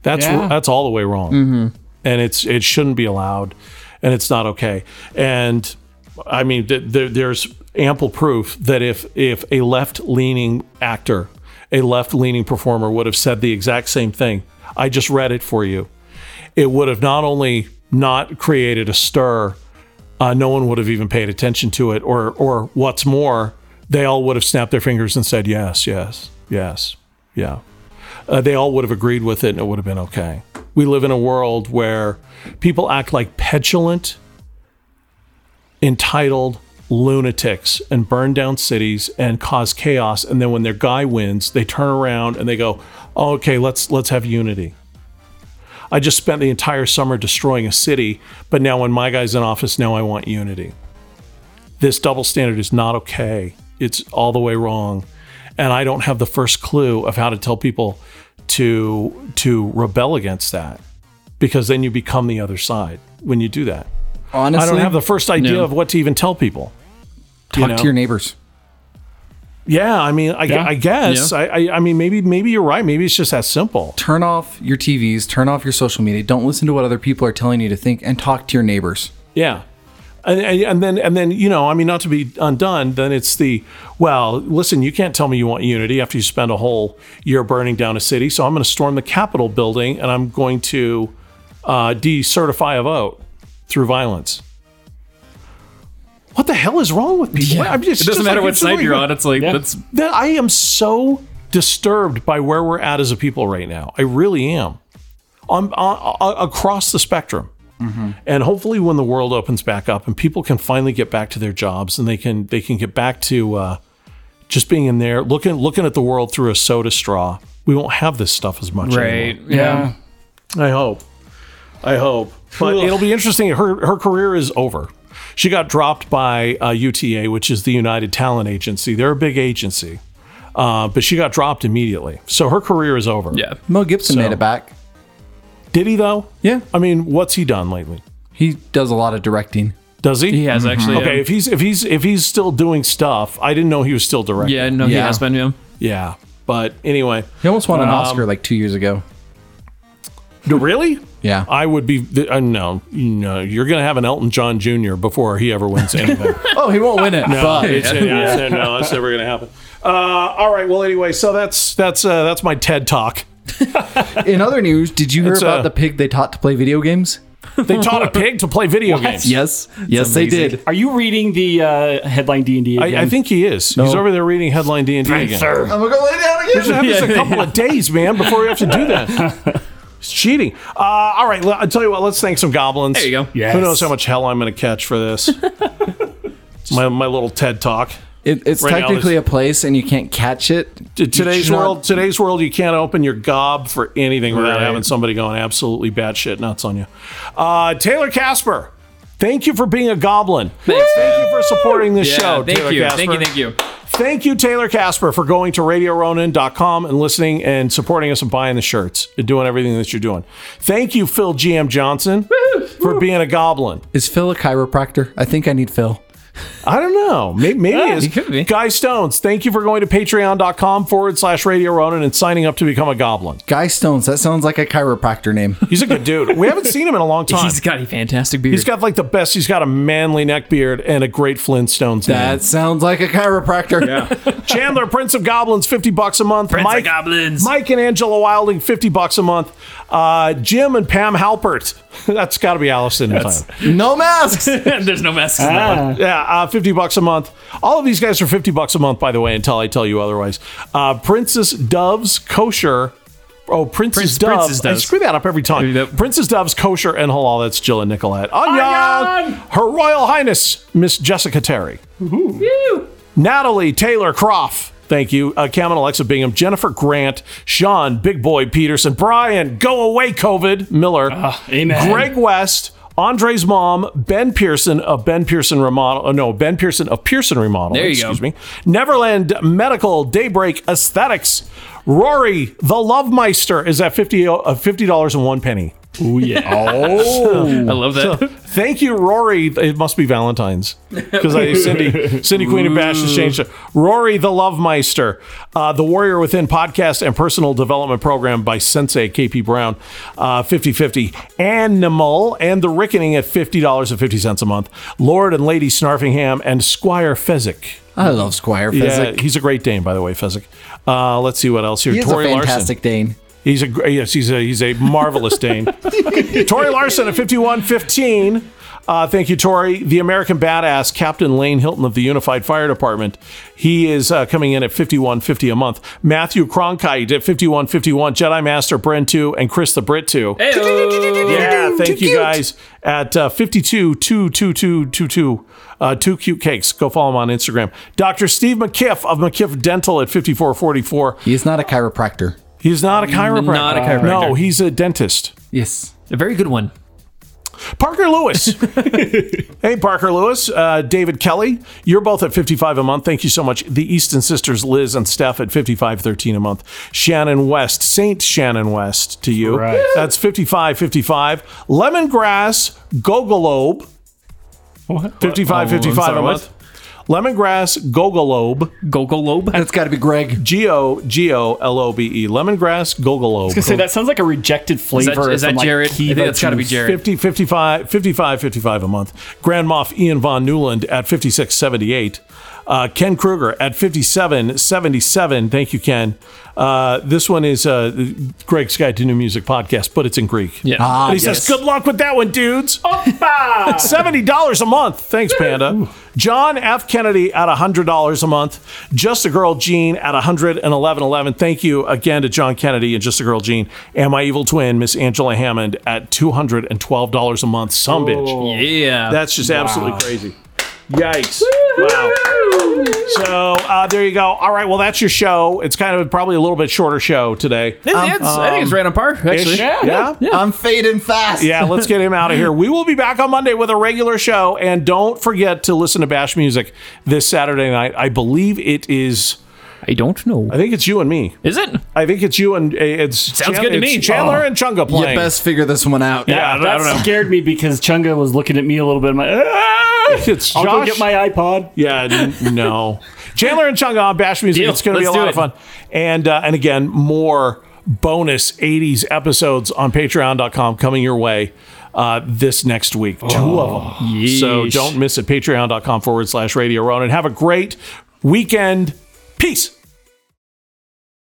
D: That's
E: Yeah.
D: that's all the way wrong, and it's it shouldn't be allowed, and it's not okay. And I mean, th- there, there's ample proof that if if a left leaning actor, a left leaning performer would have said the exact same thing, I just read it for you, it would have not only not created a stir uh, no one would have even paid attention to it, or or what's more, they all would have snapped their fingers and said yes, yes. Yes. Yeah. Uh, they all would have agreed with it and it would have been okay. We live in a world where people act like petulant, entitled lunatics and burn down cities and cause chaos and then when their guy wins, they turn around and they go, oh, "Okay, let's let's have unity." I just spent the entire summer destroying a city, but now when my guy's in office, now I want unity this double standard is not okay. It's all the way wrong. And I don't have the first clue of how to tell people to to rebel against that because then you become the other side when you do that.
B: Honestly,
D: I don't have the first idea
C: No.
D: of what to even tell people.
B: talk
D: know.
B: to your neighbors.
D: Yeah, I mean, I,
E: Yeah.
D: I guess.
C: Yeah.
D: I, I, I mean, maybe maybe you're right. Maybe it's just that simple.
B: Turn off your TVs. Turn off your social media. Don't listen to what other people are telling you to think, and talk to your neighbors.
D: Yeah. And, and, and then and then you know I mean not to be undone then it's the well listen you can't tell me you want unity after you spend a whole year burning down a city so I'm going to storm the Capitol building and I'm going to uh, decertify a vote through violence. What the hell is wrong with people? I mean, it's
C: it doesn't
D: just
C: matter
D: like
C: what side
D: doing
C: you're
D: with-
C: on. It's like
E: Yeah.
C: that's
D: that I am so disturbed by where we're at as a people right now. I really am. I'm uh, uh, across the spectrum. And hopefully, when the world opens back up and people can finally get back to their jobs and they can they can get back to uh, just being in there, looking looking at the world through a soda straw, we won't have this stuff as much.
C: right.
D: anymore.
E: Yeah.
D: I hope. I hope. But it'll be interesting. Her her career is over. She got dropped by uh, UTA, which is the United Talent Agency. They're a big agency, uh, but she got dropped immediately. So her career is over.
C: Yeah.
B: Mel Gibson made it back.
D: Did he though?
B: Yeah,
D: I mean, what's he done lately?
B: he does a lot of directing.
D: Does he? Mm-hmm.
C: He has actually. um,
D: Okay, if he's if he's if he's still doing stuff, I didn't know he was still directing.
C: Yeah. yeah, no, he
B: Yeah.
C: has been. Yeah.
D: Yeah. But anyway,
B: He almost won an
D: Um,
B: Oscar like two years ago.
D: really,
B: Yeah,
D: I would be uh, no, no. You're gonna have an Elton John Jr. before he ever wins anything.
B: Oh, he won't win it.
D: No, it's, yeah, it's- no, that's never gonna happen. Uh, all right. Well, anyway, so that's that's uh, that's my TED talk.
B: In other news, did you hear
D: It's,
B: about
D: uh,
B: the pig they taught to play video games?
D: They taught a pig to play video games.
B: Yes, yes, they
C: amazing.
B: did.
E: Are you reading the uh, headline D and D?
D: I, I think he is. He's over there reading headline D and D again.
E: sir.
B: I'm gonna go lay down again.
D: We should have this a couple of days, man, before we have to do that. It's cheating. Uh, all right. I'll tell you what. Let's thank some goblins.
C: There you go.
E: Yes.
D: Who knows how much hell I'm going to catch for this? my my little TED talk.
B: It, it's
D: Right now,
B: technically a place, and you can't catch it.
D: T- today's
B: should not-
D: world, today's world, you can't open your gob for anything without
C: Right.
D: having somebody going absolutely batshit nuts on you. Uh, Taylor Casper, thank you for being a goblin.
C: Thanks.
D: Thank you for supporting this
C: Yeah,
D: show,
C: thank
D: Taylor
C: you.
D: Casper.
C: Thank you. Thank you.
D: Thank you, Taylor Casper, for going to RadioRonin.com and listening and supporting us and buying the shirts and doing everything that you're doing. Thank you, Phil GM Johnson, for being a goblin.
B: Is Phil a chiropractor? I think I need Phil.
D: I don't know. Maybe, maybe it's
C: Ah, he could be.
D: Guy Stones. Thank you for going to patreon.com forward slash Radio Ronin and signing up to become a goblin.
B: Guy Stones. That sounds like a chiropractor name.
D: He's a good dude. We haven't seen him in a long time.
C: He's got a fantastic beard.
D: he's got like the best. He's got a manly neck beard and a great Flintstones.
B: that sounds like a chiropractor.
D: name. Chandler, Prince of Goblins, fifty bucks a month.
C: Prince of
D: Mike,
C: Goblins.
D: Mike and Angela Wilding, fifty bucks a month. Uh, Jim and Pam Halpert. That's got to be Allison in time.
B: No masks.
C: There's no mess. in that one.
D: Yeah, uh, fifty bucks a month. All of these guys are fifty bucks a month, by the way, until I tell you otherwise. Uh, Princess Doves Kosher. Oh, Princess
C: Prince-
D: Dove.
C: Princess
D: I
C: Doves.
D: screw that up every time.
C: Yep.
D: Princess Doves Kosher and Halal. That's Jill and Nicolette. Onion!
E: Onion!
D: Her Royal Highness, Miss Jessica Terry. Natalie Taylor Croft. Thank you. Uh, Cam and Alexa Bingham, Jennifer Grant, Sean, Big Boy Peterson, Brian, go away, COVID, Miller,
C: Ah,
E: amen.
D: Greg West, Andre's mom, Ben Pearson of Ben Pearson Remodel. Oh, no, Ben Pearson of Pearson Remodel.
C: There you
D: excuse
C: go.
D: me. Neverland Medical, Daybreak Aesthetics, Rory, the Lovemeister is at 50, uh, $50 and one penny.
E: Oh yeah.
C: I love that.
D: Thank you, Rory. It must be Valentine's because I Cindy, Cindy Queen of Bash has changed. it. Rory the Love Meister, uh, the Warrior Within podcast and personal development program by Sensei KP Brown, uh, 50-50. Animal and the Rickening at fifty dollars and fifty cents a month. Lord and Lady Snarfingham and Squire Fezzik.
B: I love Squire Fezzik.
D: Yeah, he's a great Dane, by the way, Fezzik. Uh, let's see what else here.
B: He's
D: Tori
B: a
D: Larson.
B: fantastic Dane.
D: He's a gr- yes, he's a he's a marvelous Dane. Tori Larson at fifty one fifteen. Uh, thank you, Tori. The American Badass, Captain Lane Hilton of the Unified Fire Department. He is uh, coming in at fifty-one fifty a month. Matthew Cronkite at fifty-one fifty-one. Jedi Master Brentu and Chris the Brit too. Yeah, thank you guys at uh, 52 two two two two two uh, two cute cakes. Go follow him on Instagram. Dr. Steve McKiff of McKiff Dental at 5444.
B: He's not a chiropractor.
D: He's not a chiropractor.
C: Not a chiropractor.
D: No, he's a dentist.
B: Yes.
C: A very good one.
D: Parker Lewis. hey, Parker Lewis. Uh, David Kelly. You're both at 55 a month. Thank you so much. The Easton sisters, Liz and Steph, at 55.13 a month. Shannon West, Saint Shannon West, to you.
E: Right.
D: That's 55.55. Lemongrass, Gogolobe.
E: What? Oh,
D: 55.55
C: sorry, what?
D: a month. Lemongrass, Gogolobe.
C: Gogolobe.
B: And it's got to be Greg.
D: G O G O L O B E. Lemongrass, Gogolobe.
E: Say that sounds like a rejected
C: Is
E: flavor.
C: that, is that
E: from, like,
C: Jared? I think that's got to be Jared.
D: 50, 55, 55, 55 a month. Grand Moff Ian Von Newland at 56.78. Uh, Ken Kruger at 57.77. Thank you, Ken. Uh, this one is uh, Greg's Guide to New Music podcast, but it's in Greek.
C: Yeah.
B: Ah.
D: And he says, Good luck with that one, dudes. $70 a month. Thanks, Panda. John F. Kennedy at $100 a month. Just a Girl Jean at $111.11. Thank you again to John Kennedy and Just a Girl Jean. And my evil twin, Miss Angela Hammond, at $212 a month. Some bitch.
C: Yeah.
D: That's just absolutely crazy. Yikes. Wow. So uh, there you go. All right. Well, that's your show. It's kind of probably a little bit shorter show today.
C: It's- it's- I think it's right on par, actually.
D: yeah.
B: I'm fading fast.
D: Yeah, let's get him out of here. We will be back on Monday with a regular show. And don't forget to listen to Bash Music this Saturday night. I believe it is,
C: I don't know.
D: I think it's you and me.
C: Is it?
D: I think it's you and uh, it's
C: Sounds good to
D: it's
C: me.
D: Chandler
C: Oh.
D: and Chunga
B: You
D: playing.
B: best figure this one out.
D: Yeah, I
E: that
D: don't know.
E: scared me because Chunga was looking at me a little bit. I'm like, "Ah,
D: It's Josh.
E: I'll go get my iPod.
D: yeah, n- no. Chandler and Chunga on Bash Music.
C: Deal.
D: It's going to be a
C: Let's
D: lot
C: do
D: of fun. And uh, and again, more bonus 80s episodes on patreon.com coming your way uh, this next week. Two of them. So
C: Oh, Yeesh.
D: don't miss it. Patreon.com forward slash Radio Row. And have a great weekend. Peace.